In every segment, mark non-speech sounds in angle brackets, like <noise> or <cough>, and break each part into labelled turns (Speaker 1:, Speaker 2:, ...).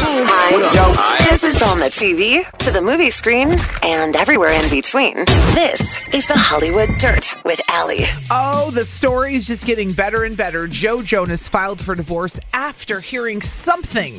Speaker 1: Hi. This is on the TV, to the movie screen, and everywhere in between. This is the Hollywood Dirt with Allie.
Speaker 2: Oh, the story is just getting better and better. Joe Jonas filed for divorce after hearing something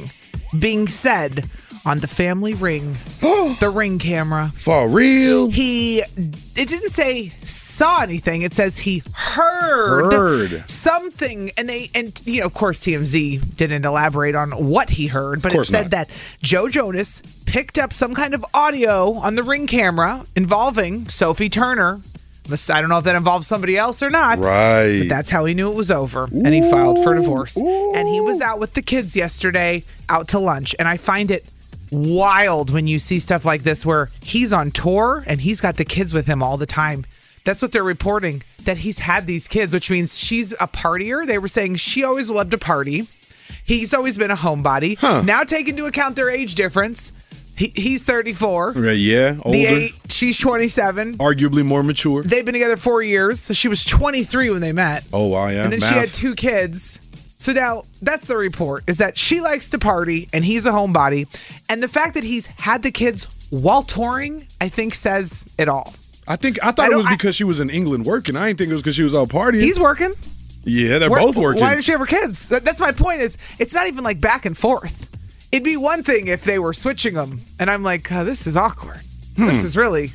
Speaker 2: being said on the family ring, the ring camera.
Speaker 3: For real?
Speaker 2: He, it didn't say saw anything. It says he heard,
Speaker 3: Heard.
Speaker 2: something, and they, and you know, of course, TMZ didn't elaborate on what he heard, but it
Speaker 3: course
Speaker 2: said
Speaker 3: not.
Speaker 2: that Joe Jonas picked up some kind of audio on the ring camera involving Sophie Turner. Must- I don't know if that involves somebody else or not.
Speaker 3: Right.
Speaker 2: But that's how he knew it was over. and he filed for divorce. And he was out with the kids yesterday, out to lunch. And I find it wild when you see stuff like this where he's on tour and he's got the kids with him all the time. That's what they're reporting that he's had these kids, which means she's a partier. They were saying she always loved to party. He's always been a homebody. Now take into account their age difference. He, he's 34.
Speaker 3: Yeah, yeah, older.
Speaker 2: The eight, she's 27.
Speaker 3: Arguably more mature.
Speaker 2: They've been together four years. So she was 23 when they met.
Speaker 3: Oh, wow, yeah.
Speaker 2: And then
Speaker 3: math.
Speaker 2: she had two kids. So now that's the report is that she likes to party and he's a homebody. And the fact that he's had the kids while touring, I think says it all.
Speaker 3: I think I thought
Speaker 2: I
Speaker 3: it
Speaker 2: don't-
Speaker 3: was
Speaker 2: I-
Speaker 3: because she was in England working. I didn't think it was because she was out partying.
Speaker 2: He's working.
Speaker 3: yeah, they're
Speaker 2: Where-
Speaker 3: both working.
Speaker 2: Why does she have her kids? That- that's my point is it's not even like back and forth. It'd be one thing if they were switching them. And I'm like, "Oh, this is awkward.
Speaker 3: Hmm.
Speaker 2: This is really.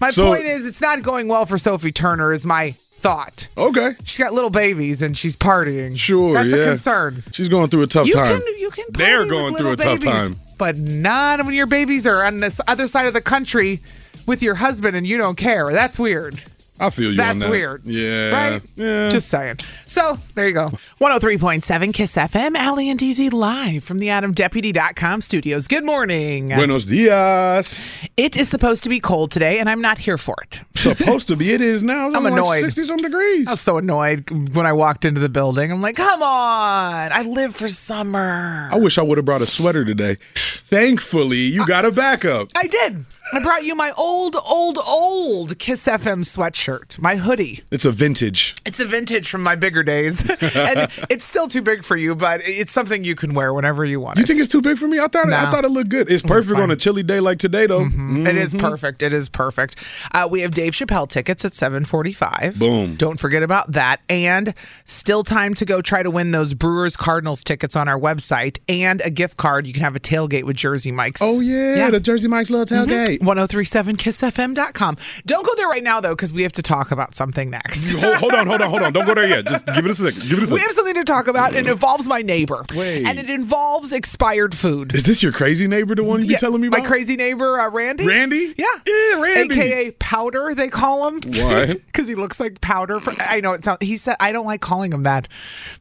Speaker 2: My
Speaker 3: So-
Speaker 2: point is it's not going well for Sophie Turner is my thought.
Speaker 3: okay,
Speaker 2: She's got little babies and she's partying.
Speaker 3: sure.
Speaker 2: That's
Speaker 3: yeah.
Speaker 2: a concern.
Speaker 3: She's going through a tough
Speaker 2: you
Speaker 3: time.
Speaker 2: Can, you can. party
Speaker 3: They're
Speaker 2: with
Speaker 3: going through
Speaker 2: little
Speaker 3: a tough
Speaker 2: babies,
Speaker 3: time.
Speaker 2: but not when your babies are on this other side of the country with your husband and you don't care. That's weird.
Speaker 3: I feel you. on
Speaker 2: That's
Speaker 3: that.
Speaker 2: weird.
Speaker 3: Yeah.
Speaker 2: Right?
Speaker 3: Yeah.
Speaker 2: Just saying. So there you go. 103.7 Kiss FM, Allie and DZ live from the AdamDeputy.com studios. Good morning.
Speaker 3: Buenos dias.
Speaker 2: it is supposed to be cold today, and I'm not here for it.
Speaker 3: Supposed to be. It is now. It's
Speaker 2: I'm
Speaker 3: like
Speaker 2: annoyed.
Speaker 3: Sixty some degrees.
Speaker 2: I was so annoyed when I walked into the building. I'm like, come on. I live for summer.
Speaker 3: I wish I would have brought a sweater today. Thankfully, you got a backup.
Speaker 2: I did. I brought you my old, old, old Kiss FM sweatshirt, my hoodie.
Speaker 3: It's a vintage.
Speaker 2: It's a vintage from my bigger days, <laughs> and it's still too big for you, but it's something you can wear whenever you want.
Speaker 3: You
Speaker 2: it.
Speaker 3: think it's too big for me? I thought it, I
Speaker 2: No.
Speaker 3: thought it looked good. It's perfect on
Speaker 2: fine. Mm-hmm.
Speaker 3: a chilly day like today, though.
Speaker 2: It is
Speaker 3: Mm-hmm.
Speaker 2: perfect. It is perfect. Uh, we have Dave Chappelle tickets at 745.
Speaker 3: Boom.
Speaker 2: Don't forget about that. And still time to go try to win those Brewers Cardinals tickets on our website and a gift card. You can have a tailgate with Jersey Mike's.
Speaker 3: Oh yeah, the Jersey Mike's little
Speaker 2: Mm-hmm.
Speaker 3: tailgate.
Speaker 2: 1037kissfm.com. Don't go there right now, though, because we have to talk about
Speaker 3: <laughs>
Speaker 2: something next.
Speaker 3: hold, hold on, hold on, hold on. Don't go there yet. Just give it a second. Give it a
Speaker 2: We
Speaker 3: second.
Speaker 2: have something to talk about, and it involves my neighbor.
Speaker 3: Wait.
Speaker 2: And it involves expired food.
Speaker 3: Is this your crazy neighbor, the one you
Speaker 2: Yeah,
Speaker 3: been telling me about?
Speaker 2: My crazy <laughs> neighbor, uh, Randy.
Speaker 3: Randy?
Speaker 2: Yeah.
Speaker 3: Yeah, Randy.
Speaker 2: AKA Powder, they call him.
Speaker 3: Why?
Speaker 2: <laughs> Because he looks like Powder. For, I know it sounds, he said, I don't like calling him that.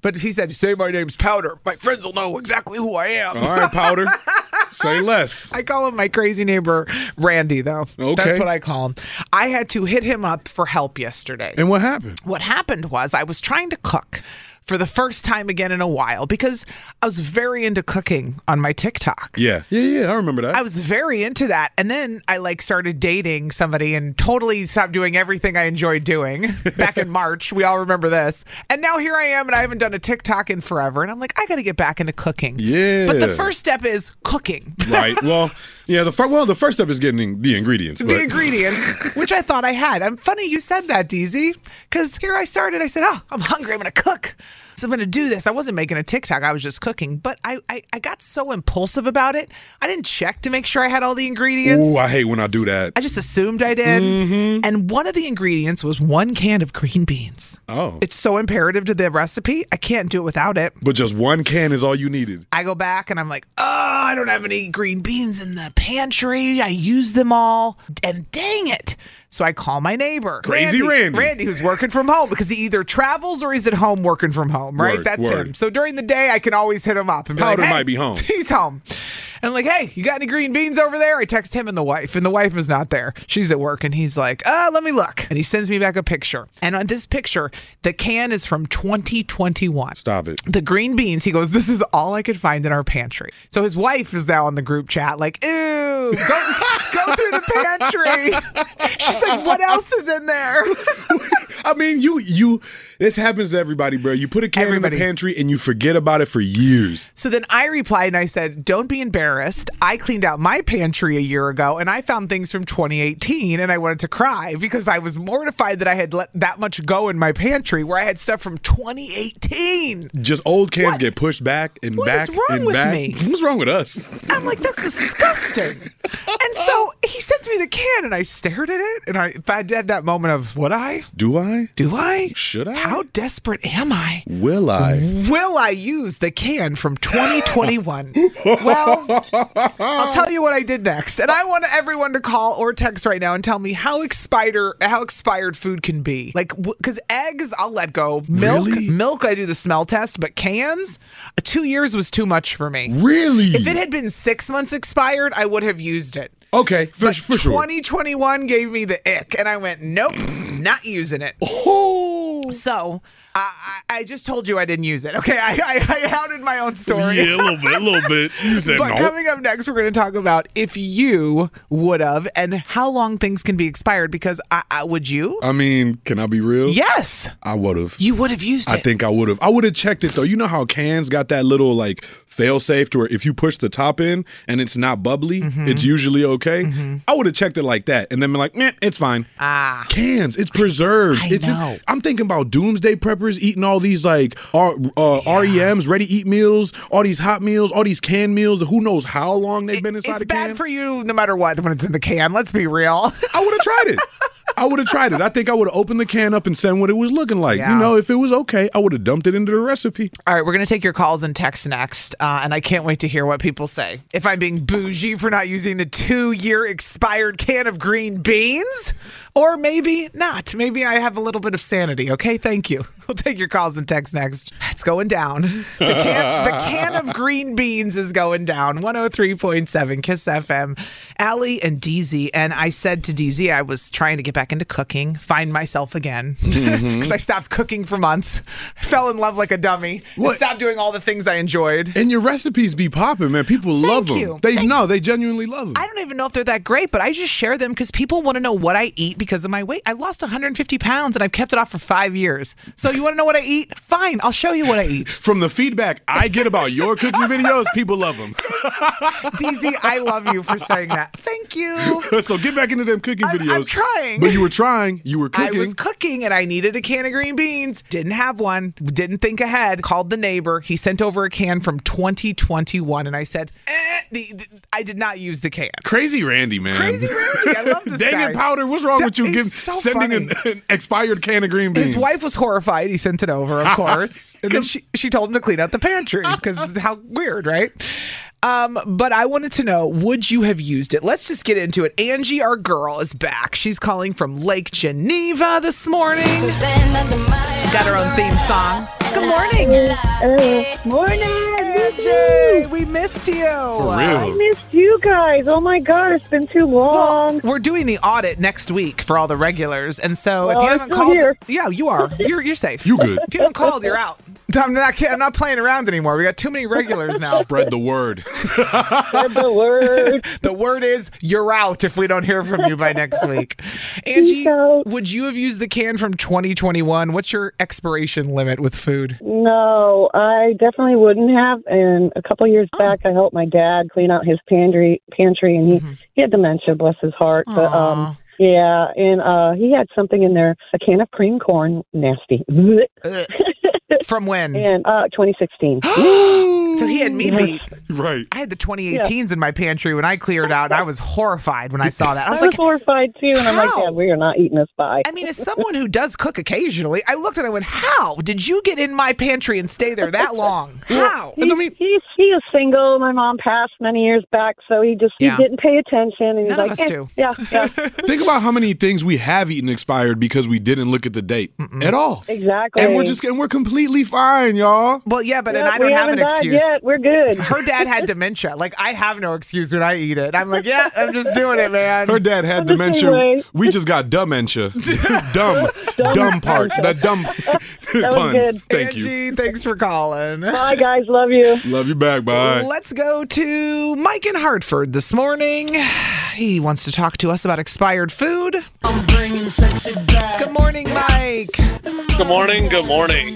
Speaker 2: But he said, say my name's Powder. My friends will know exactly who I am.
Speaker 3: All right, powder.
Speaker 2: <laughs>
Speaker 3: Say less.
Speaker 2: I call him my crazy neighbor, Randy, though.
Speaker 3: Okay.
Speaker 2: That's what I call him. I had to hit him up for help yesterday
Speaker 3: And what happened?
Speaker 2: what happened was I was trying to cook for the first time again in a while because I was very into cooking on my TikTok. <laughs>
Speaker 3: Yeah, yeah, yeah. I remember that.
Speaker 2: I was very into that. And then I like started dating somebody and totally stopped doing everything I
Speaker 3: <laughs>
Speaker 2: enjoyed doing back in March. We all remember this. And now here I am and I haven't done a TikTok in forever. And I'm like, I got to get back into cooking.
Speaker 3: Yeah.
Speaker 2: But the first step is cooking.
Speaker 3: right. Well, yeah. The fir- well, the first step is getting the
Speaker 2: <laughs>
Speaker 3: ingredients.
Speaker 2: the
Speaker 3: but-
Speaker 4: <laughs>
Speaker 2: ingredients, which I thought I had. I'm funny you said that, DZ, because here I started. I said, "Oh, I'm hungry. I'm gonna cook." yes, I'm going to do this. I wasn't making a TikTok, I was just cooking. But I, I, I got so impulsive about it. I didn't check to make sure I had all the ingredients.
Speaker 4: Ooh, I hate Mm-hmm. when I do that.
Speaker 2: I just assumed I did. And one of the ingredients was one can of green beans.
Speaker 4: Oh.
Speaker 2: It's so imperative to the recipe. I can't do it without it.
Speaker 4: But just one can is all you needed.
Speaker 2: I go back and I'm like, oh, I don't have any green beans in the pantry. I used them all. And dang it. So I call my neighbor,
Speaker 4: Crazy Randy.
Speaker 2: Randy, who's working from home because he either travels or he's at home working from home, right?
Speaker 4: Word,
Speaker 2: That's
Speaker 4: word.
Speaker 2: him. So during the day, I can always hit him up and be like,
Speaker 4: Powder
Speaker 2: "Hey,
Speaker 4: might be home."
Speaker 2: <laughs> He's home. And I'm like, hey, you got any green beans over there? I text him and the wife, and the wife is not there. She's at work, and he's like, uh, let me look. And he sends me back a picture. And on this picture, the can is from 2021
Speaker 4: Stop it.
Speaker 2: the green beans. He goes, This is all I could find in our pantry. So his wife is now on the group chat, like, Ooh, go, go through the pantry. <laughs> She's like, What else is
Speaker 3: <laughs>
Speaker 2: in there?
Speaker 4: I mean, you you this happens to everybody, bro. You put a can
Speaker 2: Everybody.
Speaker 4: in the pantry and you forget about it for years.
Speaker 2: So then I replied and I said, Don't be embarrassed. I cleaned out my pantry a year ago and I found things from 2018 and I wanted to cry because I was mortified that I had let that much go in my pantry where I had stuff from 2018.
Speaker 4: Just old cans
Speaker 2: What?
Speaker 4: get pushed back and
Speaker 2: What
Speaker 4: back
Speaker 2: is wrong
Speaker 4: and
Speaker 2: with
Speaker 4: back.
Speaker 2: me?
Speaker 4: What's wrong with us?
Speaker 2: I'm like, that's disgusting. and so he sent me the can, and I stared at it, and I, if I had that moment of, would I?
Speaker 4: Do I?
Speaker 2: Do I?
Speaker 4: Should I?
Speaker 2: How desperate am I?
Speaker 4: Will I?
Speaker 2: Will I use the can from
Speaker 4: <laughs>
Speaker 2: 2021? well, I'll tell you what I did next, and I want everyone to call or text right now and tell me how expired how expired food can be. Like, because eggs, I'll let go. Milk,
Speaker 4: Really?
Speaker 2: milk, I do the smell test, but cans, two years was too much for me.
Speaker 4: Really?
Speaker 2: If it had been six months expired, I would have used it.
Speaker 4: okay, for,
Speaker 2: but
Speaker 4: for sure.
Speaker 2: 2021 gave me the ick, and I went,
Speaker 4: <gasps>
Speaker 2: nope, not using it.
Speaker 4: Oh.
Speaker 2: So I, I I just told you I didn't use it. Okay, I, I, I outed my own story.
Speaker 4: Yeah, a little bit, a
Speaker 2: <laughs>
Speaker 4: little bit. You said
Speaker 2: But
Speaker 4: no.
Speaker 2: coming up next, we're going to talk about if you would have and how long things can be expired. Because I, I would you?
Speaker 4: I mean, can I be real?
Speaker 2: yes,
Speaker 4: I would have.
Speaker 2: you would have used
Speaker 4: I
Speaker 2: it.
Speaker 4: think I would have. I would have checked it though. You know how cans got that little like fail safe to where if you push the top end and it's not bubbly,
Speaker 2: Mm-hmm.
Speaker 4: it's usually okay. I would have checked it like that and then been like, man, it's fine. Ah, cans, it's preserved.
Speaker 2: I
Speaker 4: it's in-
Speaker 2: know.
Speaker 4: I'm thinking about doomsday preppers eating all these like R, uh, REMs, ready eat meals, all these hot meals, all these canned meals. Who knows how long they've been inside
Speaker 2: it's
Speaker 4: a can?
Speaker 2: bad for you no matter what when it's in the can. Let's be real.
Speaker 4: I would have tried it.
Speaker 2: <laughs>
Speaker 4: I would have tried it. I think I would have opened the can up and seen what it was looking like.
Speaker 2: Yeah.
Speaker 4: You know, if it was okay, I would have dumped it into the recipe.
Speaker 2: All right, we're going to take your calls and texts next, uh, and I can't wait to hear what people say. If I'm being bougie for not using the two year expired can of green beans, or maybe not. Maybe I have a little bit of sanity, okay? Thank you. <laughs> We'll take your calls and texts next. It's going down. The can, the can of green beans is going down. 103.7 Kiss FM. Allie and DZ. And I said to DZ, I was trying to get back into cooking, find myself again, <laughs> because I stopped cooking for months, fell in love like a dummy, and
Speaker 4: What?
Speaker 2: stopped doing all the things I enjoyed.
Speaker 4: And your recipes be popping, man. People love them.
Speaker 2: you.
Speaker 4: They no, they genuinely love them.
Speaker 2: I don't even know if they're that great, but I just share them because people want to know what I eat because of my weight. I lost 150 pounds and I've kept it off for five years. So you want to know what I eat? Fine, I'll show you what I eat.
Speaker 4: From
Speaker 2: <laughs>
Speaker 4: the feedback I get about your cooking videos, people love them.
Speaker 2: DZ, I love you for saying that. Thank you.
Speaker 4: <laughs> so get back into them cooking
Speaker 2: I'm- I'm
Speaker 4: videos.
Speaker 2: trying.
Speaker 4: But you were trying. You were cooking.
Speaker 2: I was cooking and I needed a can of green beans. Didn't have one. Didn't think ahead. Called the neighbor. He sent over a can from 2021, and I said, eh, the, the- I did not use the can.
Speaker 4: Crazy Randy, man.
Speaker 2: Crazy Randy, I love this
Speaker 4: <laughs> Dang
Speaker 2: guy.
Speaker 4: it, Powder. What's wrong
Speaker 2: That
Speaker 4: with you
Speaker 2: is
Speaker 4: giving,
Speaker 2: so
Speaker 4: sending an, an expired can of green beans?
Speaker 2: His wife was horrified. He sent it over,
Speaker 4: <laughs>
Speaker 2: of course. and then she, she told him to clean out the pantry because how weird, right? Um, but I wanted to know, would you have used it? Let's just get into it. Angie, our girl, is back. She's calling from Lake Geneva this morning. Got her own theme song. Good morning. Angie, we missed you.
Speaker 4: For real.
Speaker 5: missed you guys. Oh my god, it's been too long.
Speaker 2: We're doing the audit next week for all the regulars, and so if you
Speaker 5: I'm
Speaker 2: haven't
Speaker 5: still
Speaker 2: called,
Speaker 5: here.
Speaker 2: yeah,
Speaker 5: <laughs>
Speaker 2: you are. You're you're safe.
Speaker 4: You good.
Speaker 2: If you haven't called, you're out. <laughs> I'm not. kidding. I'm not playing around anymore. We got too many regulars now.
Speaker 4: Spread
Speaker 2: <laughs>
Speaker 4: the word.
Speaker 5: Spread the word.
Speaker 2: the word is you're out if we don't hear from you by next week. Angie,
Speaker 5: Peace out.
Speaker 2: would you have used the can from 2021? What's your expiration limit with food?
Speaker 5: no, I definitely wouldn't have. And a couple
Speaker 2: Oh.
Speaker 5: years back, I helped my dad clean out his pantry, pantry, and he
Speaker 2: Mm-hmm.
Speaker 5: he had dementia, bless his heart. But um, yeah, and uh, he had something in there, a can of cream corn, nasty.
Speaker 2: Ugh.
Speaker 5: <laughs>
Speaker 2: From when?
Speaker 5: And uh, 2016.
Speaker 2: <gasps> So he had
Speaker 5: Mm.
Speaker 2: me beat.
Speaker 4: Right.
Speaker 2: I had the 2018s in my pantry when I cleared out, and I was horrified when I saw that. I
Speaker 5: I
Speaker 2: was
Speaker 5: was
Speaker 2: like,
Speaker 5: horrified too, and I'm like,
Speaker 2: how?
Speaker 5: Dad, we are not eating this pie.
Speaker 2: I mean, as someone who does cook occasionally, I looked and I went, "How did you get in my pantry and stay there that long? How?"
Speaker 5: He, he's he is single. My mom passed many years back, so he just
Speaker 2: Yeah.
Speaker 5: he didn't pay attention, and he's
Speaker 2: None of
Speaker 5: like,
Speaker 2: us
Speaker 5: eh,
Speaker 2: do.
Speaker 5: yeah, yeah,
Speaker 4: <laughs> Think about how many things we have eaten expired because we didn't look at the date at all.
Speaker 5: exactly.
Speaker 4: And we're just and we're completely fine, y'all.
Speaker 2: Well, yeah, but
Speaker 5: Yep,
Speaker 2: and I
Speaker 5: we
Speaker 2: don't have
Speaker 5: haven't
Speaker 2: an
Speaker 5: died
Speaker 2: excuse.
Speaker 5: yet. We're good.
Speaker 2: <laughs> Her dad had dementia. Like I have no excuse when I eat it. I'm like, "Yeah, I'm just doing it, man."
Speaker 4: Her dad had
Speaker 5: the same
Speaker 4: dementia. <laughs>
Speaker 5: way.
Speaker 4: We just got dementia. dumb, dumb part. The dumb puns.
Speaker 5: good.
Speaker 4: Thank you.
Speaker 2: Angie, thanks for calling.
Speaker 5: Bye, guys. Love you.
Speaker 4: Love you back. Bye.
Speaker 2: Let's go to Mike in Hartford this morning. He wants to talk to us about expired food. Good morning, Mike.
Speaker 6: Good morning. Good morning.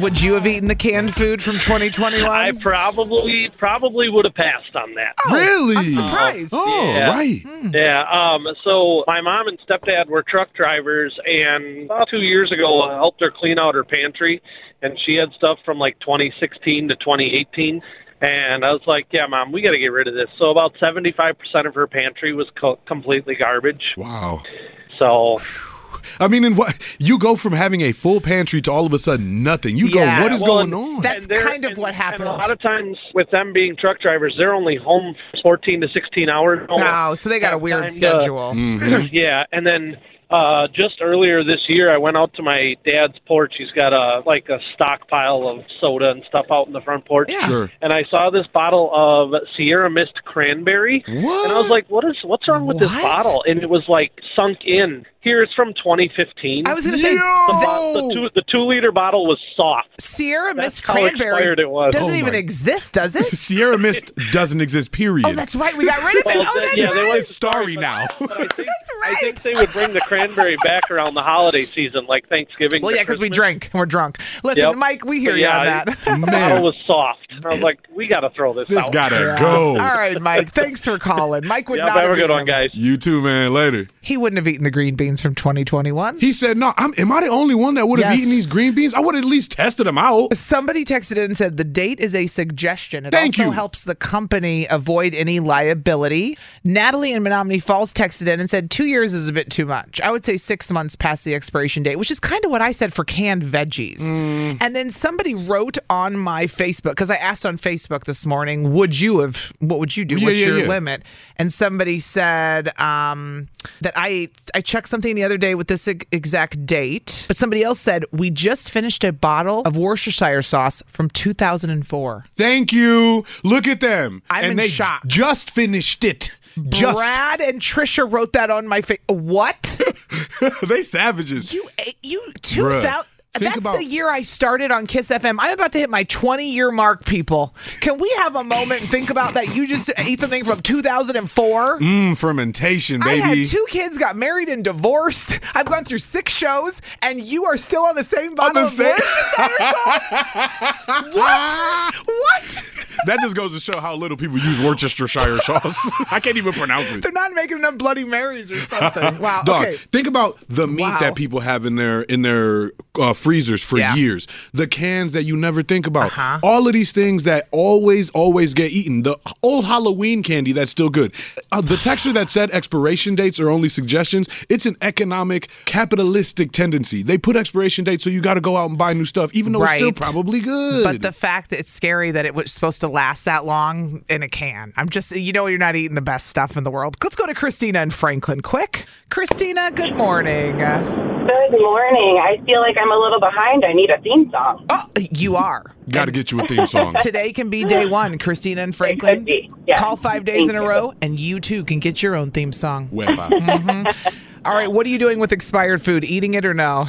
Speaker 2: Would you have eaten the canned food from 2021?
Speaker 6: I probably probably would have passed on that.
Speaker 4: Really?
Speaker 2: Oh, I'm surprised. Hmm.
Speaker 4: Oh,
Speaker 6: Yeah.
Speaker 4: right.
Speaker 6: Yeah. Um. So my mom and stepdad were truck drivers, and about two years ago, I helped her clean out her pantry, and she had stuff from like 2016 to 2018. And I was like, "Yeah, mom, we got to get rid of this." So about 75% of her pantry was co- completely garbage.
Speaker 4: Wow.
Speaker 6: So
Speaker 4: I mean, and what you go from having a full pantry to all of a sudden nothing. You
Speaker 2: Yeah.
Speaker 4: go, what is
Speaker 6: Well,
Speaker 4: going on?
Speaker 2: That's
Speaker 6: And they're-
Speaker 2: kind of
Speaker 6: and-
Speaker 2: what happened.
Speaker 6: And a lot of times, with them being truck drivers, they're only home 14 to 16 hours.
Speaker 2: Oh, so they got a
Speaker 6: Have
Speaker 2: weird
Speaker 6: time to-
Speaker 2: schedule.
Speaker 4: Mm-hmm.
Speaker 6: <laughs> yeah, and then uh, just earlier this year, I went out to my dad's porch. He's got a like a stockpile of soda and stuff out in the front porch.
Speaker 2: Yeah.
Speaker 4: Sure.
Speaker 6: And I saw this bottle of Sierra Mist cranberry, and I was
Speaker 4: What?
Speaker 6: like, "What is? What's wrong with this
Speaker 2: What?
Speaker 6: bottle?" And it was like sunk in. Here, it's from 2015.
Speaker 2: I was going to say
Speaker 6: the,
Speaker 4: Yo!
Speaker 6: bo- the two the two liter bottle was soft.
Speaker 2: Sierra Mist
Speaker 6: how
Speaker 2: Cranberry
Speaker 6: expired it was.
Speaker 2: doesn't
Speaker 6: Oh
Speaker 2: even
Speaker 4: my-
Speaker 2: exist, does it?
Speaker 4: <laughs> Sierra Mist doesn't exist, period.
Speaker 2: oh, that's right. We got rid of
Speaker 4: <laughs>
Speaker 2: it.
Speaker 6: Well,
Speaker 2: Oh,
Speaker 6: the-
Speaker 2: that's
Speaker 6: yeah, they
Speaker 2: right.
Speaker 6: were
Speaker 4: starry now.
Speaker 6: But I think,
Speaker 2: That's
Speaker 6: I
Speaker 2: right.
Speaker 6: think they would bring the cranberry back around the holiday season, like Thanksgiving.
Speaker 2: Well,
Speaker 6: to
Speaker 2: yeah, because we
Speaker 6: Christmas.
Speaker 2: drank. We're drunk. Listen,
Speaker 6: Yep.
Speaker 2: Mike, we hear
Speaker 6: But
Speaker 2: you
Speaker 6: yeah,
Speaker 2: on
Speaker 6: <laughs> I-
Speaker 2: that.
Speaker 6: The bottle was soft. And I was like, we got to throw this,
Speaker 4: this
Speaker 6: out.
Speaker 4: gotta
Speaker 2: Yeah.
Speaker 4: go.
Speaker 2: All right, Mike. Thanks for calling. Mike would
Speaker 6: Yeah,
Speaker 2: not
Speaker 6: have
Speaker 2: have
Speaker 6: a good
Speaker 2: eaten
Speaker 6: one,
Speaker 2: them.
Speaker 6: guys.
Speaker 4: You too, man. Later.
Speaker 2: He wouldn't have eaten the green beans from 2021.
Speaker 4: He said, "No, I'm, am I the only one that would have
Speaker 2: Yes.
Speaker 4: eaten these green beans? I would have at least tested them out."
Speaker 2: Somebody texted in and said the date is a suggestion. It
Speaker 4: Thank
Speaker 2: also
Speaker 4: you.
Speaker 2: helps the company avoid any liability. Natalie in Menominee Falls texted in and said two years is a bit too much. I would say six months past the expiration date, which is kind of what I said for canned veggies.
Speaker 4: Mm.
Speaker 2: And then somebody wrote on my Facebook because I asked on Facebook this morning, "Would you have? What would you do?
Speaker 4: Yeah,
Speaker 2: What's
Speaker 4: yeah,
Speaker 2: your
Speaker 4: yeah.
Speaker 2: limit?" And somebody said um, that I ate- I checked something the other day with this e- exact date, but somebody else said we just finished a bottle of Worcestershire sauce from 2004.
Speaker 4: Thank you. Look at them.
Speaker 2: I'm
Speaker 4: and
Speaker 2: in
Speaker 4: they
Speaker 2: shock.
Speaker 4: Just finished it. Just
Speaker 2: Brad and Trisha wrote that on my face. What
Speaker 4: <laughs> they savages.
Speaker 2: you ate- Eh, you 2000?
Speaker 4: Think
Speaker 2: That's
Speaker 4: about-
Speaker 2: the year I started on Kiss FM. I'm about to hit my 20 year mark, people. Can we have a moment and think about that? You just ate something from 2004.
Speaker 4: Mm, fermentation,
Speaker 2: I
Speaker 4: baby.
Speaker 2: had two kids, got married and divorced. I've gone through six shows, and you are still on the same bottle
Speaker 4: the
Speaker 2: of
Speaker 4: same-
Speaker 2: Worcestershire
Speaker 4: <laughs>
Speaker 2: sauce? what? What?
Speaker 4: that just goes to show how little people use Worcestershire sauce. <laughs> I can't even pronounce it.
Speaker 2: They're not making enough Bloody Marys or
Speaker 4: <laughs>
Speaker 2: something. Wow.
Speaker 4: Dog,
Speaker 2: okay.
Speaker 4: think about the meat
Speaker 2: Wow.
Speaker 4: that people have in their in their uh, freezers for
Speaker 2: Yeah. Uh-huh.
Speaker 4: years. The cans that you never think about. All of these things that always always get eaten. The old Halloween candy that's still good. Uh, the texture that said expiration dates are only suggestions. It's an economic capitalistic tendency. They put expiration dates so you got to go out and buy new stuff, even though it's still
Speaker 2: Right.
Speaker 4: probably good.
Speaker 2: But the fact that it's scary that it was supposed to last that long in a can. I'm just, you know, you're not eating the best stuff in the world. Let's go to Christina and Franklin quick. Christina, good morning.
Speaker 5: Good morning. I feel like I'm a little behind. I need a theme song.
Speaker 2: Oh, you are.
Speaker 4: got to get you a theme song.
Speaker 2: <laughs> Today can be day one, Christina and Franklin.
Speaker 5: could be, yes.
Speaker 2: Call five days
Speaker 5: Thank
Speaker 2: in a
Speaker 5: you.
Speaker 2: row, and you too can get your own theme song. Mm-hmm.
Speaker 4: Wepa.
Speaker 2: All right, what are you doing with expired food? Eating it or no?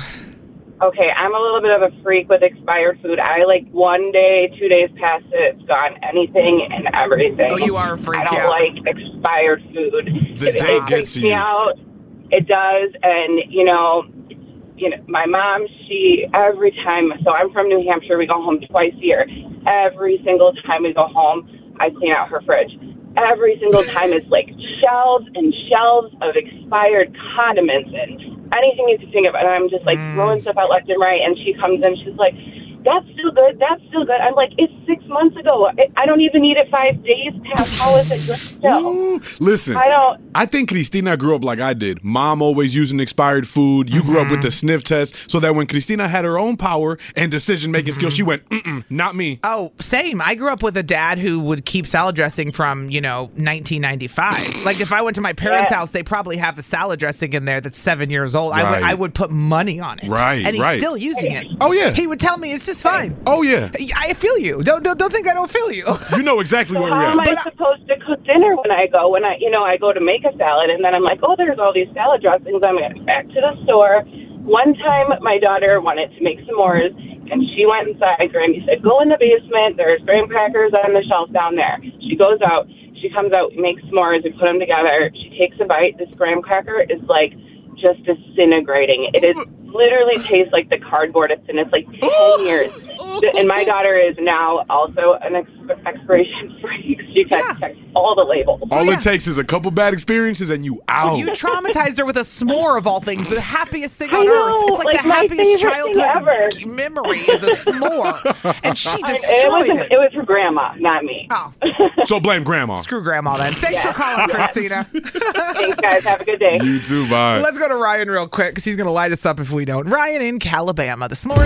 Speaker 5: Okay, I'm a little bit of a freak with expired food. I like one day, two days past it, it's gone. Anything and everything.
Speaker 2: Oh, you are a freak,
Speaker 5: I don't
Speaker 2: yeah.
Speaker 5: like expired food.
Speaker 4: The
Speaker 5: it,
Speaker 4: day
Speaker 5: it
Speaker 4: gets
Speaker 5: freaks me
Speaker 4: you.
Speaker 5: out. It does, and you know, you know, my mom. She every time. So I'm from New Hampshire. We go home twice a year. Every single time we go home, I clean out her fridge. Every single time it's like shelves and shelves of expired
Speaker 4: Mm.
Speaker 5: condiments and anything you can think of. And I'm just like throwing stuff out left and right. And she comes in, she's like, that's still good. That's still good. I'm like, it's six months ago. I- I don't even need it five days past. How is it good
Speaker 7: <laughs>
Speaker 5: still?
Speaker 4: Ooh, Listen,
Speaker 5: I don't-
Speaker 4: I think Christina grew up like I did. Mom always using expired food. You grew up
Speaker 2: Mm-hmm.
Speaker 4: with the sniff test, so that when Christina had her own power and decision making
Speaker 2: Mm-hmm.
Speaker 4: skills, she went, Mm-mm, "Not me."
Speaker 2: Oh, same. I grew up with a dad who would keep salad dressing from, you know, 1995. like if I went to my parents'
Speaker 5: Yeah.
Speaker 2: house, they probably have a salad dressing in there that's seven years old. I,
Speaker 4: Right.
Speaker 2: would, I would put money on it.
Speaker 4: Right,
Speaker 2: And he's
Speaker 4: right.
Speaker 2: still using it.
Speaker 4: Oh, yeah.
Speaker 2: He would tell me it's just fine.
Speaker 4: Oh yeah,
Speaker 2: I feel you. Don't don't, don't think I don't feel you.
Speaker 4: you know exactly where
Speaker 5: How am
Speaker 4: we're
Speaker 5: I
Speaker 4: at.
Speaker 5: supposed to cook dinner when I go? When I, you know, I go to make a salad, and then I'm like, oh, there's all these salad dressings. I'm going back to the store. One time, my daughter wanted to make s'mores, and she went inside. Grammy said, go in the basement. There's graham crackers on the shelf down there. She goes out. She comes out, makes s'mores, we put them together. She takes a bite. This graham cracker is like just disintegrating. It is literally tastes like the cardboard it's in. It's like ten years. And my daughter is now also an ex- expiration <laughs> freak. She can check all the labels.
Speaker 4: All
Speaker 2: yeah.
Speaker 4: it takes is a couple bad experiences, and you out.
Speaker 2: You traumatized her with a s'more of all things, the happiest thing
Speaker 5: I
Speaker 2: on
Speaker 5: know,
Speaker 2: earth. It's like,
Speaker 5: like,
Speaker 2: the
Speaker 5: my
Speaker 2: happiest
Speaker 5: favorite thing
Speaker 2: childhood
Speaker 5: ever.
Speaker 2: memory is
Speaker 5: <laughs>
Speaker 2: a s'more, and she
Speaker 5: And it was
Speaker 2: destroyed
Speaker 5: it was her grandma, not me.
Speaker 2: Oh,
Speaker 4: so blame grandma.
Speaker 2: screw grandma then. Thanks for calling, Christina.
Speaker 5: Thanks, guys. Have a good day.
Speaker 4: You too, bye.
Speaker 2: Let's go to Ryan real quick because he's going to light us up if we don't. Ryan in Calabama this morning.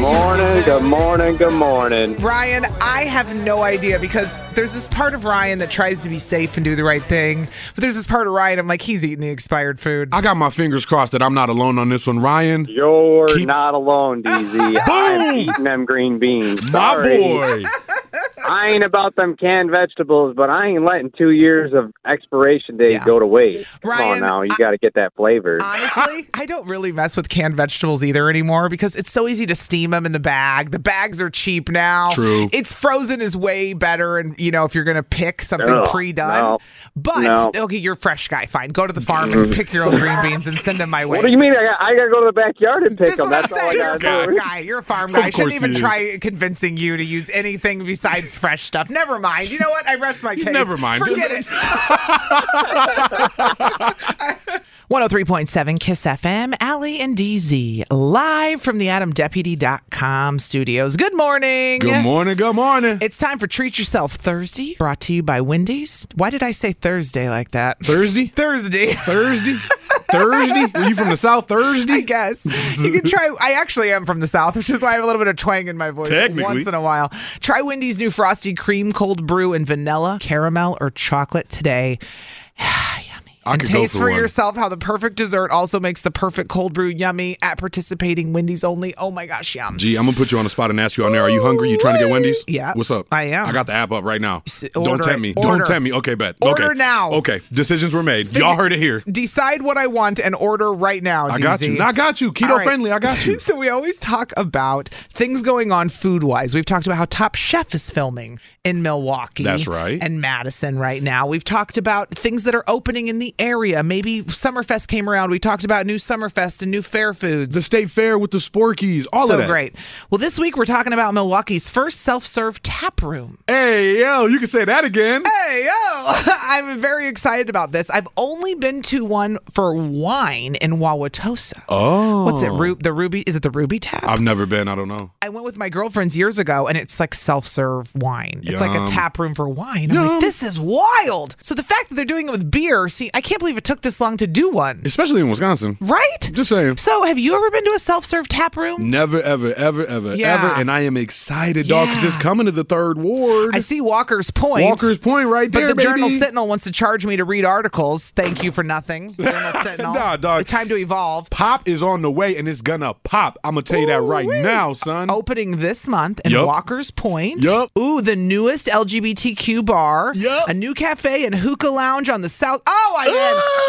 Speaker 8: Morning, good morning, good morning.
Speaker 2: Ryan, I have no idea because there's this part of Ryan that tries to be safe and do the right thing, but there's this part of Ryan I'm like, he's eating the expired food.
Speaker 4: I got my fingers crossed that I'm not alone on this one, Ryan.
Speaker 8: You're
Speaker 4: Keep-
Speaker 8: not alone, DZ. I'm eating them green beans.
Speaker 4: My
Speaker 8: Sorry.
Speaker 4: boy.
Speaker 8: I ain't about them canned vegetables, but I ain't letting two years of expiration date
Speaker 2: Yeah.
Speaker 8: go to waste. Come
Speaker 2: Ryan,
Speaker 8: on now, you
Speaker 2: I-
Speaker 8: got to get that flavor.
Speaker 2: Honestly, I don't really mess with canned vegetables either anymore because it's so easy to steam them in the bag. The bags are cheap now.
Speaker 4: True.
Speaker 2: It's frozen is way better. And, you know, if you're going to pick something
Speaker 8: Ugh,
Speaker 2: pre done.
Speaker 8: no.
Speaker 2: but,
Speaker 8: No.
Speaker 2: okay, you're a fresh guy. Fine. Go to the
Speaker 8: <laughs>
Speaker 2: farm and pick your own green beans and send them my way.
Speaker 8: what do you mean? I got I to go to the backyard and pick
Speaker 2: That's
Speaker 8: them.
Speaker 2: what I'm
Speaker 8: That's all
Speaker 2: saying.
Speaker 8: I got
Speaker 2: You're a
Speaker 8: to
Speaker 2: farm
Speaker 8: do.
Speaker 2: guy. You're a farm guy. I shouldn't
Speaker 4: course
Speaker 2: even
Speaker 4: he is.
Speaker 2: try convincing you to use anything besides fresh stuff. Never mind. You know what? I rest my case.
Speaker 4: <laughs> Never mind.
Speaker 2: Forget
Speaker 4: <laughs>
Speaker 2: it. 103.7 Kiss FM, Allie and DZ, live from the AdamDeputy.com studios. Good morning.
Speaker 4: Good morning, good morning.
Speaker 2: It's time for Treat Yourself Thursday, brought to you by Wendy's. Why did I say Thursday like that?
Speaker 4: Thursday?
Speaker 2: Thursday.
Speaker 4: Thursday? Thursday? Are you from the South Thursday?
Speaker 2: I guess. You can try. I actually am from the South, which is why I have a little bit of twang in my voice
Speaker 4: Technically.
Speaker 2: once in a while. Try Wendy's new frosty cream cold brew and vanilla, caramel, or chocolate today. <sighs> Yummy.
Speaker 4: I
Speaker 2: and
Speaker 4: could go
Speaker 2: taste
Speaker 4: for
Speaker 2: for
Speaker 4: one.
Speaker 2: yourself how the perfect dessert also makes the perfect cold brew yummy at participating Wendy's only. Oh my gosh, yum.
Speaker 4: Gee, I'm gonna put you on the spot and ask you on there. Are you hungry? You trying to get Wendy's?
Speaker 2: Yeah.
Speaker 4: What's up?
Speaker 2: I am.
Speaker 4: I got the app up right now.
Speaker 2: S-
Speaker 4: Don't
Speaker 2: order
Speaker 4: tempt
Speaker 2: it.
Speaker 4: me.
Speaker 2: Order.
Speaker 4: Don't tempt me. Okay, bet.
Speaker 2: Order
Speaker 4: okay.
Speaker 2: now.
Speaker 4: Okay. Decisions were made. Y'all heard it here.
Speaker 2: Decide what I want and order right now.
Speaker 4: I got
Speaker 2: DZ.
Speaker 4: you. I got you. Keto
Speaker 2: All right.
Speaker 4: friendly. I got
Speaker 2: <laughs>
Speaker 4: you.
Speaker 2: so we always talk about things going on food wise. We've talked about how Top Chef is filming in Milwaukee.
Speaker 4: That's right.
Speaker 2: And Madison right now. We've talked about things that are opening in the area. Maybe Summerfest came around. We talked about new Summerfest and new fair foods.
Speaker 4: The state fair with the sporkies. All
Speaker 2: so
Speaker 4: of that.
Speaker 2: great. Well, this week we're talking about Milwaukee's first self-serve tap room.
Speaker 4: Hey, yo, you can say that again.
Speaker 2: Hey, yo! <laughs> I'm very excited about this. I've only been to one for wine in Wauwatosa.
Speaker 4: Oh.
Speaker 2: What's it? Ru- the Ruby? Is it the Ruby Tap?
Speaker 4: I've never been. I don't know.
Speaker 2: I went with my girlfriends years ago, and it's like self serve wine. It's like a
Speaker 4: Yum.
Speaker 2: tap room for wine. I'm like, this is wild. So the fact that they're doing it with beer, see, I can't believe it took this long to do one,
Speaker 4: Especially in Wisconsin.
Speaker 2: right?
Speaker 4: Just saying.
Speaker 2: So have you ever been to a self serve tap room?
Speaker 4: Never, ever, ever, ever,
Speaker 2: Yeah.
Speaker 4: ever. And I am excited, dog, because
Speaker 2: Yeah.
Speaker 4: it's coming to the third ward.
Speaker 2: I see Walker's point.
Speaker 4: Walker's Point right
Speaker 2: But
Speaker 4: there,
Speaker 2: the Journal
Speaker 4: baby.
Speaker 2: Sentinel wants to charge me to read articles. Thank you for
Speaker 4: <laughs>
Speaker 2: nothing, Journal Sentinel.
Speaker 4: Nah, dog.
Speaker 2: The time to evolve.
Speaker 4: Pop is on the way and it's gonna pop. I'm gonna tell you that right
Speaker 2: Ooh-wee.
Speaker 4: now, son.
Speaker 2: opening this month in
Speaker 4: Yup.
Speaker 2: Walker's Point.
Speaker 4: Yup.
Speaker 2: Ooh, the newest LGBTQ bar.
Speaker 4: Yup.
Speaker 2: A new cafe and hookah lounge on the south. Oh, I'm in.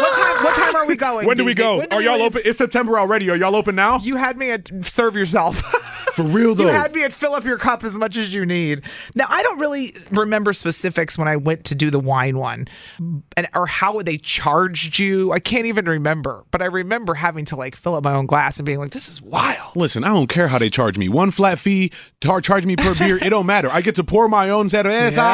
Speaker 2: What time? What time are we going?
Speaker 4: Ah! When do we
Speaker 2: DZ?
Speaker 4: go?
Speaker 2: When do
Speaker 4: Are
Speaker 2: we
Speaker 4: y'all
Speaker 2: leave?
Speaker 4: open? It's September already. Are y'all open now?
Speaker 2: You had me at serve yourself. <laughs>
Speaker 4: For real though.
Speaker 2: You had me at fill up your cup as much as you need. Now I don't really remember specifics when I went to do the wine one, and or how they charged you. I can't even remember, but I remember having to like fill up my own glass and being like, "This is wild."
Speaker 4: Listen, I don't care how they charge
Speaker 2: <laughs>
Speaker 4: me. One flat fee, tar- charge me per beer. It don't matter. I get to pour my own set of ass.
Speaker 2: Yeah.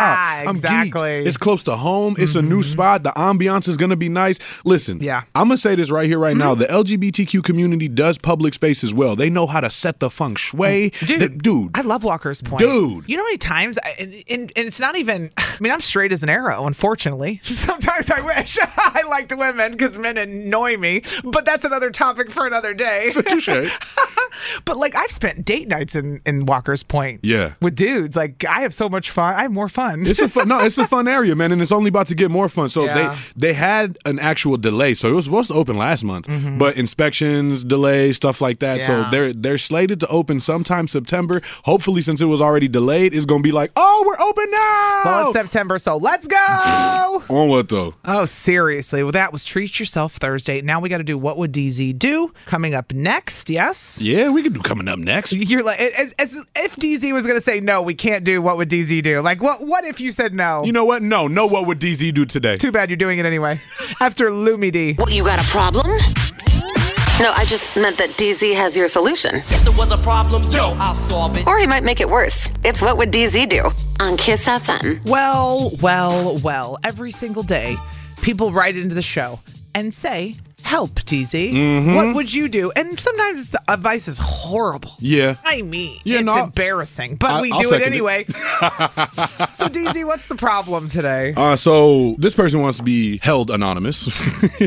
Speaker 4: I'm geeked.
Speaker 2: exactly. Mm-hmm.
Speaker 4: It's close to home. It's a new spot. The ambiance is gonna be nice. Listen, yeah, I'm gonna say this right here, right
Speaker 2: Mm-hmm.
Speaker 4: now. The LGBTQ community does public space as well. They know how to set the feng shui.
Speaker 2: Mm. Dude,
Speaker 4: They- dude,
Speaker 2: I love Walker's point.
Speaker 4: Dude.
Speaker 2: You know how many times, I, and, and, and it's not even, <laughs> I mean, I'm straight as an arrow, unfortunately. <laughs> Sometimes I wish <laughs> I liked women because men annoy me, but that's another topic for another day. <laughs> but like, I've spent date nights in, in Walker's Point
Speaker 4: Yeah.
Speaker 2: with dudes. Like, I have so much fun. I have more fun.
Speaker 4: it's a fun, no, it's a fun area, man, and it's only about to get more fun. So
Speaker 2: Yeah.
Speaker 4: they they had an actual delay, so it was supposed to open last month, but inspections, delays, stuff like that.
Speaker 2: Mm-hmm. Yeah.
Speaker 4: So they're they're slated to open sometime September. Hopefully, since it was already delayed, it's gonna be like oh, we're open now.
Speaker 2: Well, it's September, so let's go.
Speaker 4: on what though?
Speaker 2: Oh, seriously. Well, that was Treat Yourself Thursday. Now we got to do What Would DZ Do? Coming up next, yes?
Speaker 4: Yeah, we could do coming up next.
Speaker 2: You're like, as, as if DZ was going to say, no, we can't do What Would DZ Do? Like, what What if you said no?
Speaker 4: You know what? No, no. What would DZ do today?
Speaker 2: Too bad you're doing it anyway. <laughs> After Lumi D.
Speaker 1: What, you got a problem? No, I just meant that DZ has your solution.
Speaker 9: If there was a problem, yo, I'll solve it.
Speaker 1: Or he might make it worse. It's What Would DZ Do? on Kiss FM.
Speaker 2: Well, well, well, every single day, people write into the show and say, help, DZ.
Speaker 4: Mhm.
Speaker 2: What would you do? And sometimes it's the advice is horrible.
Speaker 4: Yeah.
Speaker 2: I mean,
Speaker 4: Yeah,
Speaker 2: it's
Speaker 4: no, I-
Speaker 2: embarrassing, but
Speaker 4: I-
Speaker 2: we
Speaker 4: I'll
Speaker 2: do it
Speaker 4: second it.
Speaker 2: anyway.
Speaker 4: <laughs>
Speaker 2: so, DZ, what's the problem today?
Speaker 4: Uh, so this person wants to be held anonymous.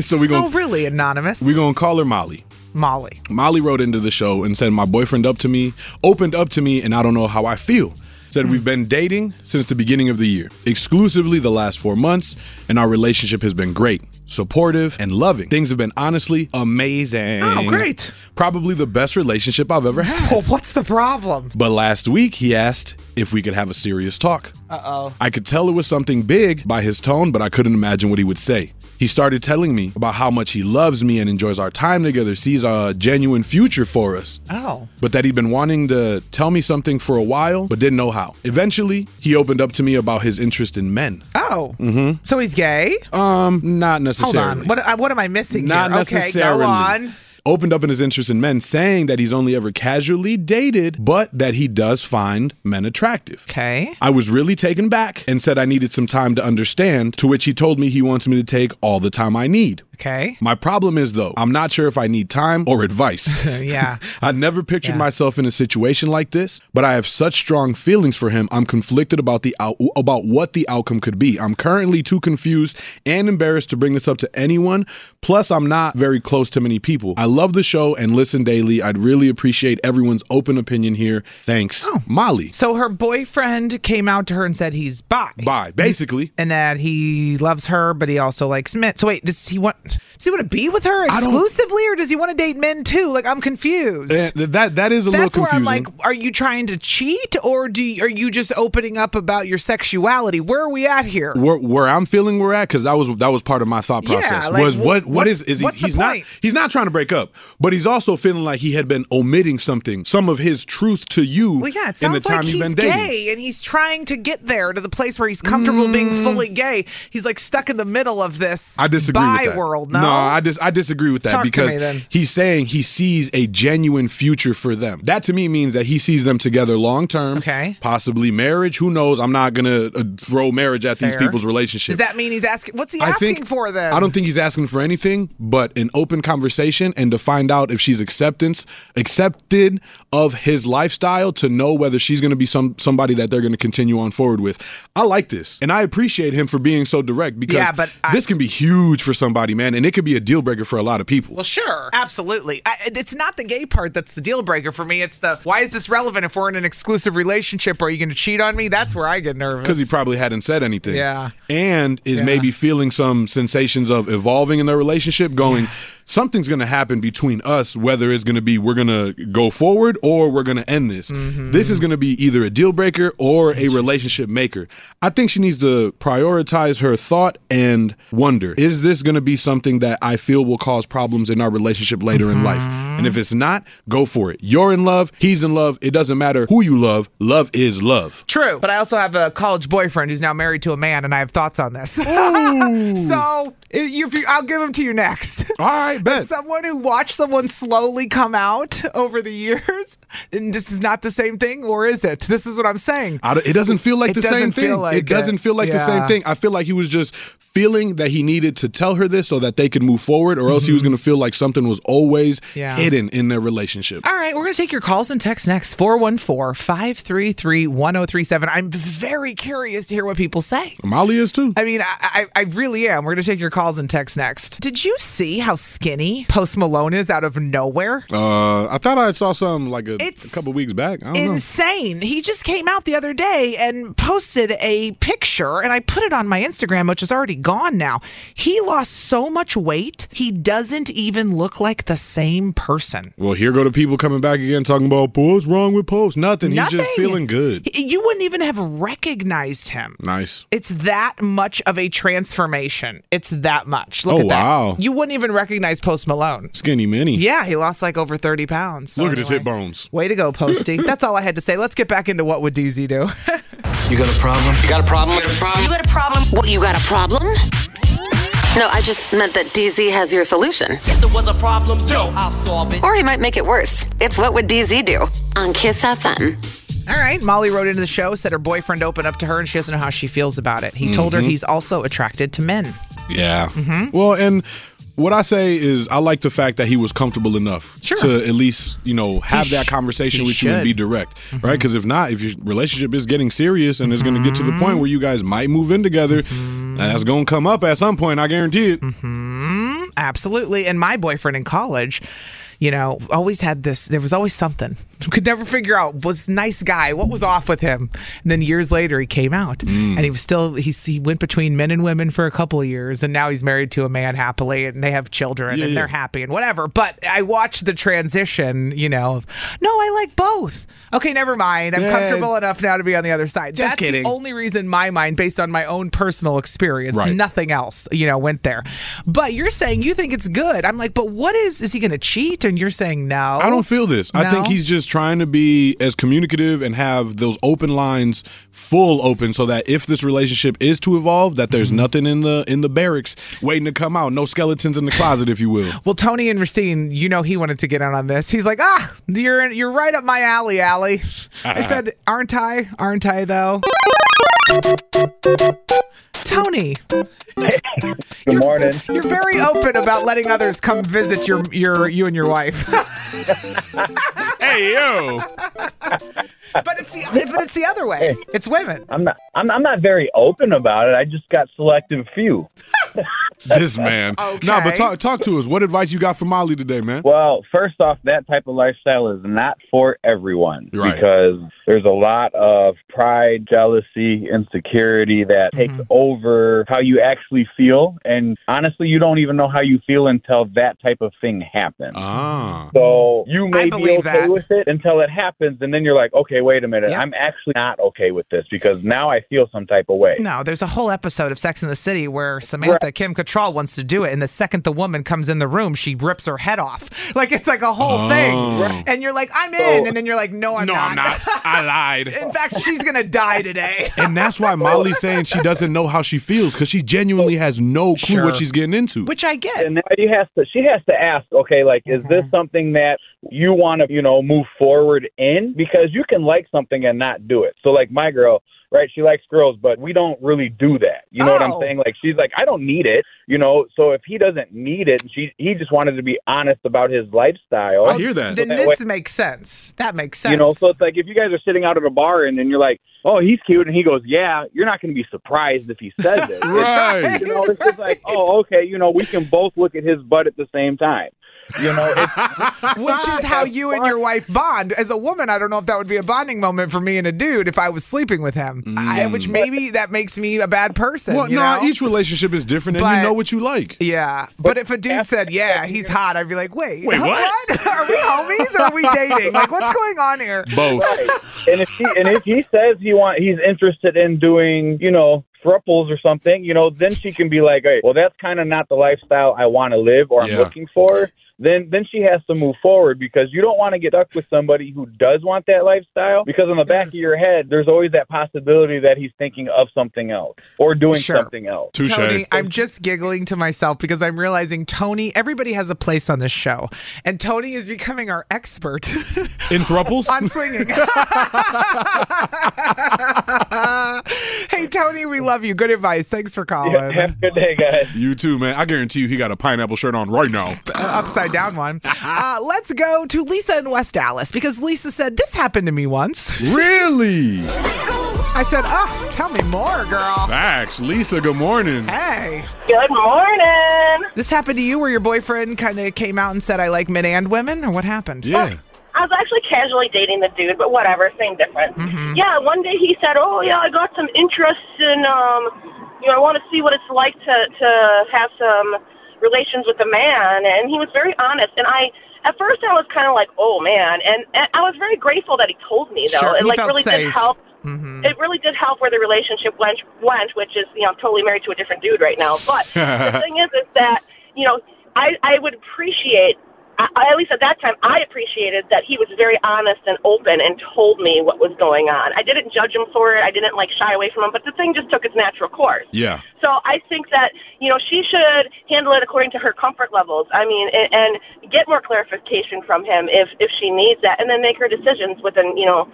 Speaker 4: <laughs> so we're gonna
Speaker 2: oh, really, Anonymous?
Speaker 4: we're gonna call her Molly.
Speaker 2: Molly.
Speaker 4: Molly wrote into the show and said, My boyfriend up to me, opened up to me, and I don't know how I feel. Said, We've been dating since the beginning of the year, exclusively the last four months, and our relationship has been great, supportive, and loving. Things have been honestly amazing.
Speaker 2: Oh, great. Oh,
Speaker 4: Probably the best relationship I've
Speaker 2: <laughs>
Speaker 4: ever had.
Speaker 2: Well, what's the problem?
Speaker 4: But last week, he asked if we could have a serious talk.
Speaker 2: Uh oh.
Speaker 4: I could tell it was something big by his tone, but I couldn't imagine what he would say. He started telling me about how much he loves me and enjoys our time together, sees a genuine future for us.
Speaker 2: Oh.
Speaker 4: But that he'd been wanting to tell me something for a while, but didn't know how. Eventually, he opened up to me about his interest in men.
Speaker 2: Oh.
Speaker 4: Mm-hmm.
Speaker 2: So he's gay?
Speaker 4: Um, not
Speaker 2: Hold
Speaker 4: necessarily.
Speaker 2: on. What, I- what am I missing
Speaker 4: Not
Speaker 2: here?
Speaker 4: necessarily.
Speaker 2: Okay, go on.
Speaker 4: Opened up in his interest in men, saying that he's only ever casually dated, but that he does find men attractive.
Speaker 2: Okay.
Speaker 4: I was really taken back and said I needed some time to understand, to which he told me he wants me to take all the time I need.
Speaker 2: Okay.
Speaker 4: My problem is, though, I'm not sure if I need time
Speaker 2: <laughs>
Speaker 4: or advice.
Speaker 2: yeah.
Speaker 4: <laughs> I never pictured myself in a situation like this, but I have such strong feelings for him. I'm conflicted about the out- about what the outcome could be. I'm currently too confused and embarrassed to bring this up to anyone. Plus, I'm not very close to many people. I love the show and listen daily. I'd really appreciate everyone's open opinion here. Thanks, Molly.
Speaker 2: Oh. So her boyfriend came out to her and said he's bi.
Speaker 4: Bye. Basically,
Speaker 2: And that he loves her, but he also likes men. So wait, does he want does he want to be with her
Speaker 4: I don't-
Speaker 2: exclusively or does he want to date men too? Like I'm confused.
Speaker 4: Eh, th- that that is a
Speaker 2: That's
Speaker 4: little
Speaker 2: where I'm
Speaker 4: confusing.
Speaker 2: like, are you trying to cheat or do you, are you just opening up about your sexuality? Where are we at here?
Speaker 4: where, where I'm feeling we're at because that was that was part of my thought
Speaker 2: Yeah,
Speaker 4: process
Speaker 2: like,
Speaker 4: was
Speaker 2: wh-
Speaker 4: what what
Speaker 2: what's-
Speaker 4: is is he,
Speaker 2: what's the
Speaker 4: he's not
Speaker 2: point?
Speaker 4: he's not trying to break up but he's also feeling like he had been omitting something some of his truth to you
Speaker 2: Well, yeah, it
Speaker 4: in the
Speaker 2: sounds
Speaker 4: time
Speaker 2: like
Speaker 4: you've been
Speaker 2: he's
Speaker 4: dating
Speaker 2: gay and he's trying to get there to the place where he's comfortable being fully gay. He's like stuck in the middle of this
Speaker 4: Mm. I disagree
Speaker 2: bi
Speaker 4: with that
Speaker 2: world. No,
Speaker 4: I dis- I disagree with that
Speaker 2: Talk to
Speaker 4: because
Speaker 2: me then.
Speaker 4: he's saying he sees a genuine future for them that to me means that he sees them together long term okay possibly marriage who knows I'm not gonna uh, throw marriage at these
Speaker 2: Fair.
Speaker 4: people's relationship
Speaker 2: does that mean he's asking? What's he
Speaker 4: I
Speaker 2: asking
Speaker 4: think-
Speaker 2: for then?
Speaker 4: I don't think he's asking for anything but an open conversation and to find out if she's acceptance accepted of his lifestyle to know whether she's going to be some somebody that they're going to continue on forward with. I like this and I appreciate him for being so direct because
Speaker 2: Yeah, but I-
Speaker 4: this can be huge for somebody, man, and it could be a deal breaker for a lot of people.
Speaker 2: Well, sure, absolutely. I, it's not the gay part that's the deal breaker for me. It's the why is this relevant if we're in an exclusive relationship? Are you going to cheat on me? That's where I get nervous.
Speaker 4: Because he probably hadn't said anything.
Speaker 2: Yeah.
Speaker 4: And is
Speaker 2: Yeah.
Speaker 4: maybe feeling some sensations of evolving in their relationship, going, something's going to happen between us, whether it's going to be we're going to go forward or we're going to end this.
Speaker 2: Mm-hmm.
Speaker 4: This is going to be either a deal breaker or a relationship maker. I think she needs to prioritize her thought and wonder is this going to be something that I feel will cause problems in our relationship later in life?
Speaker 2: Mm-hmm.
Speaker 4: And if it's not, go for it. You're in love, he's in love. It doesn't matter who you love, love is love.
Speaker 2: True, but I also have a college boyfriend who's now married to a <laughs> man, and I have thoughts on this. so, if you, I'll give them to you next.
Speaker 4: All right, right, bet.
Speaker 2: As someone who watched someone slowly come out over the years, and this is not the same thing, or is it? This is what I'm saying.
Speaker 4: I don't- it doesn't feel like
Speaker 2: It
Speaker 4: the
Speaker 2: doesn't
Speaker 4: same
Speaker 2: feel
Speaker 4: thing.
Speaker 2: like
Speaker 4: it doesn't
Speaker 2: it.
Speaker 4: feel like the same
Speaker 2: Yeah.
Speaker 4: thing. I feel like he was just feeling that he needed to tell her this so that they could move forward, or else he was going to feel like something was always
Speaker 2: Mm-hmm. Yeah.
Speaker 4: hidden in their relationship.
Speaker 2: All right, we're going to take your calls and texts next 414 533 1037. I'm very curious to hear what people say.
Speaker 4: Molly is too.
Speaker 2: I mean, I, I, I really am. We're going to take your calls and texts next. Did you see how skinny Post Malone is out of nowhere?
Speaker 4: Uh, I thought I saw something like a, a couple weeks back. I don't know.
Speaker 2: Insane. He just came out the other day and posted a picture, and I put it on my Instagram, which is already gone now. He lost so much weight, he doesn't even look like the same person.
Speaker 4: Well, here go the people coming back again talking about "Well, what's wrong with Post. Nothing. He's just
Speaker 2: Nothing.
Speaker 4: feeling good.
Speaker 2: He- You wouldn't even have recognized him.
Speaker 4: Nice.
Speaker 2: It's that much of a transformation. It's that much. Look
Speaker 4: Oh,
Speaker 2: at that.
Speaker 4: wow.
Speaker 2: You wouldn't even recognize Post Malone.
Speaker 4: Skinny mini.
Speaker 2: Yeah, he lost like over 30 pounds. So
Speaker 4: Look at his
Speaker 2: anyway.
Speaker 4: hip bones.
Speaker 2: Way to go,
Speaker 4: <laughs>
Speaker 2: Posty. That's all I had to say. Let's get back into what would DZ do? <laughs>
Speaker 10: You got a problem? You got a problem? You got a problem?
Speaker 1: You got a problem? What, you got a problem? No, I just meant that DZ has your solution.
Speaker 9: If there was a problem, yo, I'll solve it.
Speaker 1: Or he might make it worse. It's What Would DZ Do on Kiss FM.
Speaker 2: all right. Molly wrote into the show, said her boyfriend opened up to her and she doesn't know how she feels about it. He told her
Speaker 4: Mhm.
Speaker 2: he's also attracted to men.
Speaker 4: Yeah.
Speaker 2: Mm-hmm.
Speaker 4: Well, and what I say is, I like the fact that he was comfortable enough
Speaker 2: Sure.
Speaker 4: to at least, you know, have that conversation
Speaker 2: he
Speaker 4: with you and
Speaker 2: should. Mm-hmm.
Speaker 4: be direct, right? Because if not, if your relationship is getting serious and it's going to get to the
Speaker 2: Mm-hmm.
Speaker 4: point where you guys might move in together, that's going to come up at some point. I guarantee it.
Speaker 2: Mm, absolutely. And my boyfriend in college, you know, always had this. There was always something. <laughs> Could never figure out was nice guy. What was off with him? And then years later, he came out,
Speaker 11: Mm.
Speaker 2: and he was still. He he went between men and women for a couple of years, and now he's married to a man happily, and they have children,
Speaker 11: Yeah,
Speaker 2: and they're
Speaker 11: yeah.
Speaker 2: happy and whatever. But I watched the transition. You know, of no, I like both. Okay, never mind. I'm
Speaker 11: Yeah.
Speaker 2: comfortable enough now to be on the other side.
Speaker 11: Just
Speaker 2: That's
Speaker 11: kidding.
Speaker 2: the only reason in my mind, based on my own personal experience,
Speaker 11: Right.
Speaker 2: nothing else, you know, went there. But you're saying you think it's good. I'm like, but what is, is he going to cheat? And you're saying no.
Speaker 4: I don't feel this. I think
Speaker 2: No?
Speaker 4: he's just trying to be as communicative and have those open lines full open so that if this relationship is to evolve, that there's
Speaker 2: Mm-hmm.
Speaker 4: nothing in the in the barracks waiting to come out, no skeletons in the closet, if you will.
Speaker 2: Well, Tony and Racine, you know he wanted to get in on this. He's like, ah, you're you're right up my alley, Alley.
Speaker 11: Ah.
Speaker 2: I said, aren't I? Aren't I though? Tony,
Speaker 12: Good morning.
Speaker 2: you're very open about letting others come visit your your you and your
Speaker 4: <laughs>
Speaker 2: wife.
Speaker 12: Hey yo.
Speaker 2: but it's the but it's the other way. It's women.
Speaker 12: I'm not. I'm, I'm not very open about it. I just got selective few.
Speaker 4: <laughs> this man. No, but talk talk to us. What advice you got for Molly today, man?
Speaker 12: Well, first off, that type of lifestyle is not for everyone
Speaker 4: Right.
Speaker 12: because there's a lot of pride, jealousy, insecurity that takes over how you actually feel. And honestly, you don't even know how you feel until that type of thing happens.
Speaker 4: Ah.
Speaker 12: So you may be okay
Speaker 13: believe that.
Speaker 12: with it until it happens. And then you're like, okay, wait a minute. I'm actually not okay with this because now I feel some type of way.
Speaker 2: No, there's a whole episode of Sex in the City where Samantha Kim Cattrall wants to do it, and the second the woman comes in the room, she rips her head off. <laughs> Like it's like a whole
Speaker 4: Oh.
Speaker 2: thing, and you're like, I'm in,
Speaker 4: So-
Speaker 2: and then you're like, No, I'm not. <laughs>
Speaker 4: I lied.
Speaker 2: in fact, she's gonna die today.
Speaker 4: and that's why Molly's saying she doesn't know how she feels because she genuinely has no clue
Speaker 12: Sure.
Speaker 4: what she's getting into.
Speaker 2: Which I get.
Speaker 12: And now you has to she has to ask, okay, like is this something that you want to, you know, move forward in? Because you can like something and not do it. So like my girl, right, she likes girls, but we don't really do that. You know what I'm
Speaker 13: Oh.
Speaker 12: saying? Like she's like, I don't need it, you know. So if he doesn't need it, she he just wanted to be honest about his lifestyle.
Speaker 2: Oh, Then
Speaker 12: So Oh, that
Speaker 2: this
Speaker 12: way-
Speaker 2: makes sense. That makes sense.
Speaker 12: you <laughs> know, so it's like if you guys are sitting out at a bar and then you're like, "Oh, he's cute," and he goes, "Yeah," you're not going to be surprised if he
Speaker 2: <laughs>
Speaker 12: says it,
Speaker 4: Right.
Speaker 12: You know, it's just like, "Oh, okay," you know, we can both look at his butt at the same time. You know, it's,
Speaker 2: which is how you and your wife bond. As a woman, I don't know if that would be a bonding moment for me and a dude if I was sleeping with him. I, which maybe that makes me a bad person.
Speaker 4: well,
Speaker 2: you
Speaker 4: no,
Speaker 2: know?
Speaker 4: each relationship is different, and
Speaker 2: But-
Speaker 4: you know what you like.
Speaker 2: Yeah, but if a dude said, "Yeah, he's hot," I'd be like,
Speaker 12: <laughs>
Speaker 2: "Wait,
Speaker 4: Wait,
Speaker 2: <laughs>
Speaker 4: what?
Speaker 2: Are we homies or are we dating? Like, what's going on here?" <laughs>
Speaker 12: Right. And if he and if he says he want he's interested in doing, you know, thruples or something, you know, then she can be like, hey, well, that's kind of not the lifestyle I want to live or I'm
Speaker 4: Yeah.
Speaker 12: looking for. then then she has to move forward because you don't want to get stuck with somebody who does want that lifestyle because on the back of your head there's always that possibility that he's thinking of something else or doing
Speaker 2: Sure.
Speaker 12: something else.
Speaker 2: Tony, I'm just giggling to myself because I'm realizing Tony, everybody has a place on this show, and Tony is becoming our expert <laughs>
Speaker 4: in thruples
Speaker 2: on
Speaker 4: <laughs>
Speaker 2: swinging. <laughs> hey, Tony, we love you. Good advice. Thanks for calling.
Speaker 12: a good day, guys.
Speaker 4: You too, man. I guarantee you, he got a pineapple shirt on right now.
Speaker 2: upside down
Speaker 4: <laughs>
Speaker 2: one. Uh, let's go to Lisa in West Dallas because Lisa said this happened to me once.
Speaker 4: Really?
Speaker 2: I said, "Oh, tell me more, girl."
Speaker 4: Facts. Lisa, good morning.
Speaker 2: Hey.
Speaker 13: Good morning.
Speaker 2: This happened to you where your boyfriend kind of came out and said, "I like men and women," or what happened?
Speaker 4: Yeah.
Speaker 13: I was actually casually dating the dude, but whatever, same difference.
Speaker 11: Mm-hmm.
Speaker 13: Yeah, one day he said, "Oh yeah, I got some interest in um, you know, I want to see what it's like to to have some relations with a man." And he was very honest, and I at first I was kind of like, "Oh man," and, and I was very grateful that he told me though.
Speaker 11: Sure,
Speaker 13: it
Speaker 11: he
Speaker 13: like
Speaker 11: felt
Speaker 13: really did
Speaker 11: safe.
Speaker 13: help. It really did help where the relationship went, went, which is you know I'm totally married to a different dude right now. But the thing is, is that you know I I would appreciate I, I- at least at that time, I appreciated that he was very honest and open and told me what was going on. I didn't judge him for it. I didn't like shy away from him, but the thing just took its natural course.
Speaker 4: Yeah.
Speaker 13: So I think that you know she should handle it according to her comfort levels. I mean, and, and get more clarification from him if if she needs that, and then make her decisions within you know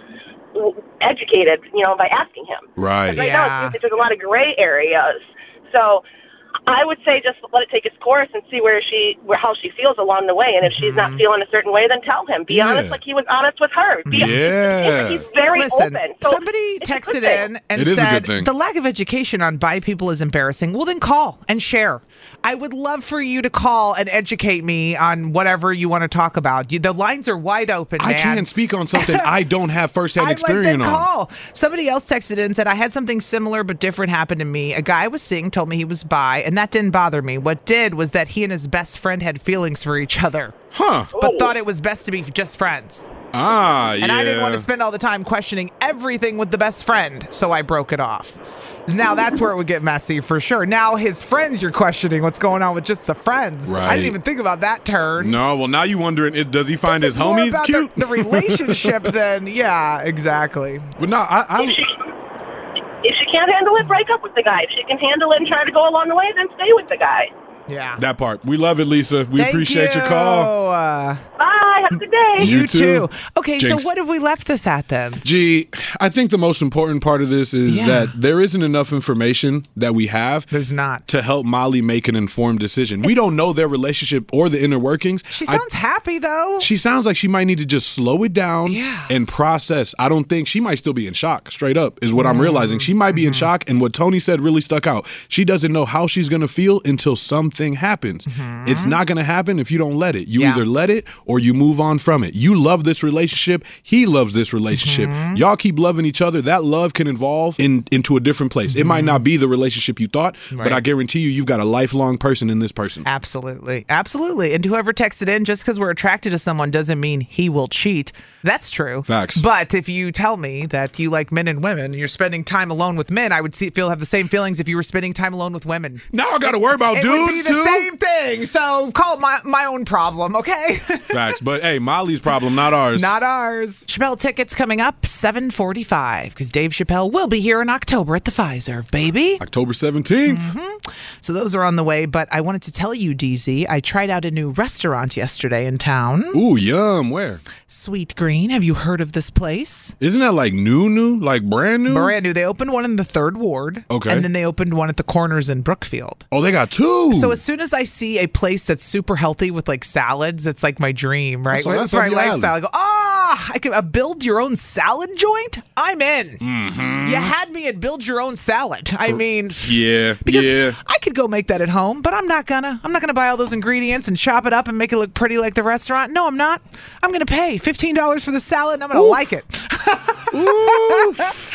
Speaker 13: w- educated you know by asking him.
Speaker 4: Right.
Speaker 13: 'Cause Right
Speaker 2: Ah.
Speaker 13: now, it's- there's a lot of gray areas. So I would say just let it take its course and see where she, where how she feels along the way. And if she's not feeling a certain way, then tell him. Be
Speaker 2: Mm-hmm. Yeah.
Speaker 13: honest, like he was honest with her. Be
Speaker 4: Yeah.
Speaker 13: He's very
Speaker 2: Listen,
Speaker 13: open. So
Speaker 2: somebody texted in and
Speaker 4: It is a
Speaker 2: said
Speaker 4: good thing.
Speaker 2: the lack of education on bi people is embarrassing. Well, then call and share. I would love for you to call and educate me on whatever you want to talk about. You, the lines are wide open.
Speaker 4: I
Speaker 2: man.
Speaker 4: can't speak on something
Speaker 2: <laughs>
Speaker 4: I don't have firsthand
Speaker 2: I like that
Speaker 4: experience on.
Speaker 2: call. Somebody else texted in and said, I had something similar but different happen to me. A guy I was seeing told me he was bi, and that didn't bother me. What did was that he and his best friend had feelings for each other.
Speaker 4: Huh.
Speaker 12: Oh.
Speaker 2: But thought it was best to be just friends.
Speaker 4: Ah,
Speaker 2: And
Speaker 4: yeah.
Speaker 2: I didn't want to spend all the time questioning everything with the best friend, so I broke it off. Now that's where it would get messy for sure. Now his friends, you're questioning what's going on with just the friends. I
Speaker 4: Right.
Speaker 2: didn't even think about that turn.
Speaker 4: No, well, now you wondering, it, does he find
Speaker 2: This
Speaker 4: his
Speaker 2: is more
Speaker 4: homies
Speaker 2: about the-
Speaker 4: cute?
Speaker 2: The,
Speaker 4: <laughs>
Speaker 2: relationship, then yeah, exactly.
Speaker 4: But no, I, I
Speaker 13: if she can't handle it, break up with the guy. If she can handle it and try to go along the way, then stay with the guy.
Speaker 2: yeah.
Speaker 4: That part. We love it, Lisa. We
Speaker 2: Thank
Speaker 4: appreciate your call.
Speaker 2: you. Uh,
Speaker 13: Bye. Have a good day.
Speaker 4: You
Speaker 2: You,
Speaker 4: too.
Speaker 2: too. Okay,
Speaker 4: Jinx.
Speaker 2: so what have we left this at then?
Speaker 4: Gee, I think the most important part of this is
Speaker 2: Yeah.
Speaker 4: that there isn't enough information that we have.
Speaker 2: There's not
Speaker 4: to help Molly make an informed decision. We don't know their relationship or the inner workings.
Speaker 2: She
Speaker 4: I-
Speaker 2: sounds happy though.
Speaker 4: she sounds like she might need to just slow it down and process. I don't think she might still be in shock, straight up, is what
Speaker 2: Mm-hmm.
Speaker 4: I'm realizing. She might be in shock, and what Tony said really stuck out. She doesn't know how she's gonna feel until something happens.
Speaker 2: Mm-hmm.
Speaker 4: It's not gonna happen if you don't let it. You either let it or you move on from it. You love this relationship, he loves this relationship.
Speaker 2: Mm-hmm.
Speaker 4: Y'all keep loving each other. That love can evolve in, into a different place. It might not be the relationship you thought, but
Speaker 2: Mm-hmm. Right.
Speaker 4: I guarantee you, you've got a lifelong person in this person.
Speaker 2: Absolutely. Absolutely. And whoever texted in, just because we're attracted to someone doesn't mean he will cheat. That's true.
Speaker 4: Facts.
Speaker 2: But if you tell me that you like men and women and you're spending time alone with men, I would see, feel have the same feelings if you were spending time alone with women.
Speaker 4: Now I gotta worry about
Speaker 2: it would be
Speaker 4: dudes,
Speaker 2: the
Speaker 4: too?
Speaker 2: same thing. So call it my, my own problem, okay?
Speaker 4: Facts. But hey, Molly's problem, not ours.
Speaker 2: <laughs> Not ours. Chappelle tickets coming up 745 because Dave Chappelle will be here in October at the Pfizer, baby. Mm-hmm.
Speaker 4: October 17th.
Speaker 2: So those are on the way, but I wanted to tell you, DZ, I tried out a new restaurant yesterday in town.
Speaker 4: Ooh, yum. Where?
Speaker 2: Sweet Green. Have you heard of this place?
Speaker 4: Isn't that like new, new, like brand new?
Speaker 2: Brand new. They opened one in the third ward.
Speaker 4: Okay.
Speaker 2: And then they opened one at the corners in Brookfield.
Speaker 4: Oh, they got two.
Speaker 2: So as soon as I see a place that's super healthy with like salads, that's like my dream, right?
Speaker 4: That's-
Speaker 2: Well,
Speaker 4: that's
Speaker 2: that's my
Speaker 4: up your alley.
Speaker 2: lifestyle. I go, ah, I can uh, build your own salad joint. I'm in.
Speaker 4: mm,
Speaker 2: You had me at build your own salad. I mean,
Speaker 4: yeah,
Speaker 2: Because <laughs>
Speaker 4: yeah.
Speaker 2: I could go make that at home, but I'm not gonna. I'm not gonna buy all those ingredients and chop it up and make it look pretty like the restaurant. No, I'm not. I'm gonna pay fifteen dollars for the salad and I'm gonna like it. <laughs>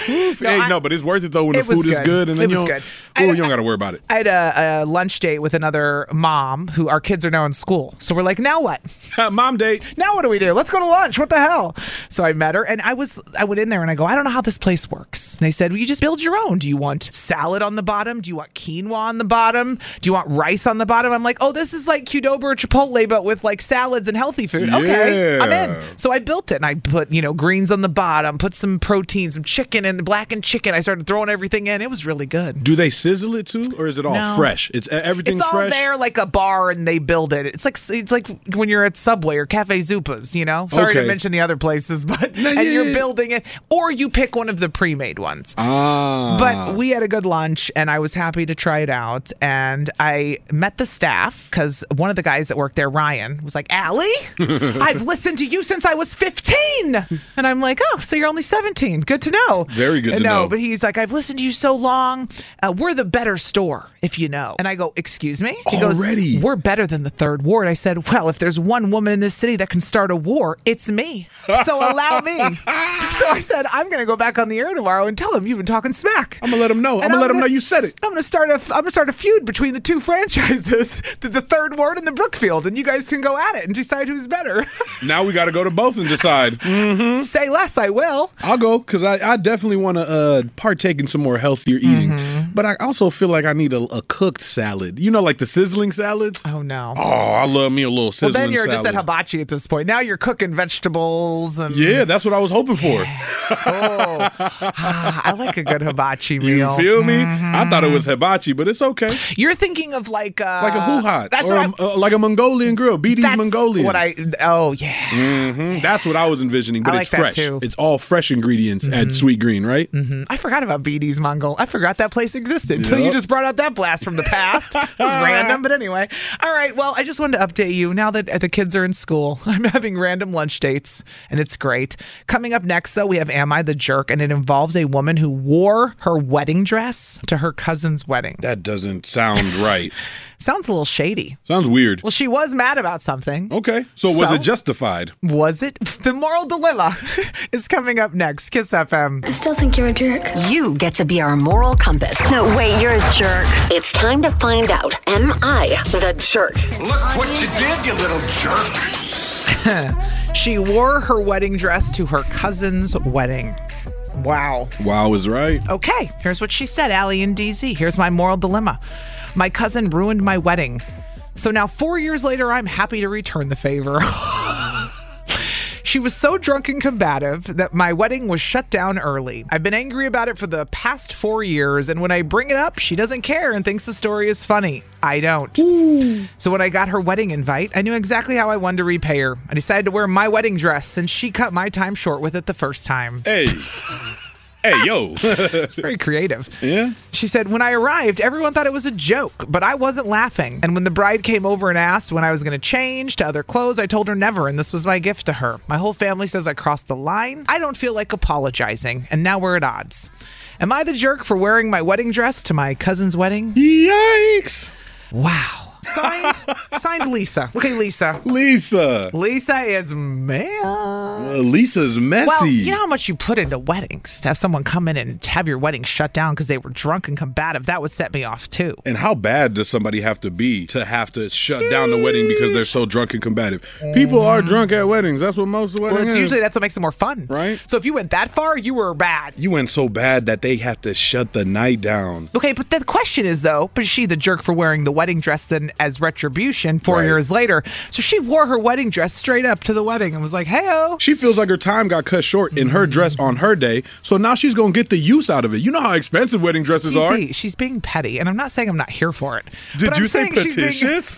Speaker 4: hey, no, but it's worth it though when the
Speaker 2: it was
Speaker 4: food is
Speaker 2: good.
Speaker 4: good and then
Speaker 2: It
Speaker 4: you
Speaker 2: was
Speaker 4: don't,
Speaker 2: good.
Speaker 4: Ooh, you don't got to worry about it.
Speaker 2: I had a, a lunch date with another
Speaker 4: <laughs>
Speaker 2: mom who our kids are now in school. So we're like, now what?
Speaker 4: Uh, mom date.
Speaker 2: Now what do we do? Let's go to lunch. What the hell? girl. So I met her and I was I went in there and I go, I don't know how this place works. And they said, Well, you just build your own. Do you want salad on the bottom? Do you want quinoa on the bottom? Do you want rice on the bottom? I'm like, oh, this is like Qdoba or Chipotle, but with like salads and healthy food. Okay. I'm
Speaker 11: Yeah.
Speaker 2: in. So I built it and I put, you know, greens on the bottom, put some protein, some chicken and blackened chicken. I started throwing everything in. It was really good.
Speaker 4: Do they sizzle it too, or is it all
Speaker 2: No.
Speaker 4: fresh? It's everything
Speaker 2: it's all
Speaker 4: fresh.
Speaker 2: there like a bar and they build it. It's like it's like when you're at Subway or Cafe Zupas, you know? Sorry
Speaker 4: Okay.
Speaker 2: to mention the other places, <laughs> but
Speaker 4: No,
Speaker 2: and
Speaker 4: yeah,
Speaker 2: you're
Speaker 4: yeah.
Speaker 2: building it or you pick one of the pre-made ones.
Speaker 4: Ah,
Speaker 2: But we had a good lunch and I was happy to try it out. And I met the staff because one of the guys that worked there, Ryan, was like, Allie, <laughs>
Speaker 7: <laughs>
Speaker 2: I've listened to you since I was 15. And I'm like, oh, so you're only 17. Good to know.
Speaker 4: Very good to
Speaker 2: no,
Speaker 4: know.
Speaker 2: but he's like, I've listened to you so long. Uh, we're the better store, if you know. And I go, excuse me? He Already? goes, we're better than the third ward. I said, well, if there's one woman in this city that can start a war, it's me. So allow
Speaker 4: <laughs>
Speaker 2: me. so I said, I'm going to go back on the air tomorrow and tell them you've been talking smack. I'm
Speaker 4: gonna let them know.
Speaker 2: I'm
Speaker 4: I'ma let 'em know you said it.
Speaker 2: I'm gonna start a. f- I'm gonna start a feud between the two franchises, <laughs> the, the third ward and the Brookfield, and you guys can go at it and decide who's better. <laughs>
Speaker 4: now we got to go to both and decide. mm-hmm.
Speaker 2: Say less, I will.
Speaker 4: I'll go because I, I definitely want to uh, partake in some more healthier eating,
Speaker 2: Mm-hmm.
Speaker 4: but I also feel like I need a, a cooked salad. You know, like the sizzling salads.
Speaker 2: Oh no.
Speaker 4: Oh, I love me a little
Speaker 2: well,
Speaker 4: sizzling.
Speaker 2: then you're just at
Speaker 4: salad.
Speaker 2: hibachi at this point. Now you're cooking vegetables and
Speaker 4: Yeah, that's what I was hoping for.
Speaker 2: oh, Ah, I like a good hibachi Mm-hmm. meal.
Speaker 4: You feel me? I thought it was hibachi, but it's okay.
Speaker 2: You're thinking of like uh,
Speaker 4: Like a hoo hot,
Speaker 2: That's
Speaker 4: or
Speaker 2: what I-
Speaker 4: a- uh, like a Mongolian grill. BD's
Speaker 2: That's
Speaker 4: Mongolian.
Speaker 2: what I- Oh yeah.
Speaker 4: hmm That's what I was envisioning, but
Speaker 2: I
Speaker 4: it's
Speaker 2: like that
Speaker 4: fresh.
Speaker 2: too.
Speaker 4: It's all fresh ingredients at Sweet Green, right? Mm-hmm.
Speaker 2: I forgot about BD's Mongol. I forgot that place existed until you
Speaker 4: Yep.
Speaker 2: just brought up that blast from the
Speaker 4: <laughs>
Speaker 2: past. it was random, but anyway. All right. Well, I just wanted to update you. Now that uh, the kids are in school, <laughs> I'm having random lunch dates, and it's great. Coming up next, though, we have Am I the Jerk, and it involves a woman who wore her wedding dress to her cousin's wedding.
Speaker 4: That doesn't sound right.
Speaker 2: <laughs> Sounds a little shady.
Speaker 4: Sounds weird.
Speaker 2: Well, she was mad about something.
Speaker 4: Okay. So was it justified?
Speaker 2: Was it? <laughs> The moral dilemma <laughs> is coming up next. Kiss FM.
Speaker 1: I still think you're a jerk. You get to be our moral compass. No, wait, you're a jerk. It's time to find out Am I the jerk?
Speaker 10: Look what you did, you little
Speaker 2: <laughs>
Speaker 10: jerk.
Speaker 2: she wore her wedding dress to her cousin's wedding. Wow.
Speaker 4: Wow is right.
Speaker 2: Okay, here's what she said, Allie and DZ. Here's my moral dilemma. My cousin ruined my wedding. So now, four years later, I'm happy to return the favor. <laughs> She was so drunk and combative that my wedding was shut down early. I've been angry about it for the past four years, and when I bring it up, she doesn't care and thinks the story is funny. I don't. So when I got her wedding invite, I knew exactly how I wanted to repay her. I decided to wear my wedding dress since she cut my time short with it the first time.
Speaker 4: Hey. hey,
Speaker 2: <laughs>
Speaker 4: yo. it's
Speaker 2: very creative.
Speaker 4: Yeah.
Speaker 2: She said, When I arrived, everyone thought it was a joke, but I wasn't laughing. And when the bride came over and asked when I was going to change to other clothes, I told her never, and this was my gift to her. My whole family says I crossed the line. I don't feel like apologizing, and now we're at odds. Am I the jerk for wearing my wedding dress to my cousin's wedding?
Speaker 4: Yikes!
Speaker 2: Wow.
Speaker 4: <laughs>
Speaker 2: Signed, signed Lisa. Look at Lisa.
Speaker 4: Lisa.
Speaker 2: Lisa is mad.
Speaker 4: Uh, Lisa's messy.
Speaker 2: Well, you know how much you put into weddings to have someone come in and have your wedding shut down because they were drunk and combative. That would set me off too.
Speaker 4: and how bad does somebody have to be to have to shut down the wedding because they're so drunk and combative?
Speaker 2: Mm.
Speaker 4: People are drunk at weddings. That's what most of the
Speaker 2: Well,
Speaker 4: weddings
Speaker 2: it's
Speaker 4: is.
Speaker 2: usually that's what makes it more fun, right? So if you went that far, you were bad.
Speaker 4: You went so bad that they have to shut the night down.
Speaker 2: Okay, but the question is though, was she the jerk for wearing the wedding dress then as retribution four years later? So she wore her wedding dress straight up to the wedding and was like, "Heyo."
Speaker 4: She feels like her time got cut short in her
Speaker 2: Mm-hmm.
Speaker 4: dress on her day, so now she's gonna get the use out of it. You know how expensive wedding dresses
Speaker 2: TC,
Speaker 4: are.
Speaker 2: she's being petty, and I'm not saying I'm not here for it.
Speaker 4: Did
Speaker 2: but
Speaker 4: you
Speaker 2: I'm
Speaker 4: say
Speaker 2: saying she's being
Speaker 4: petitious?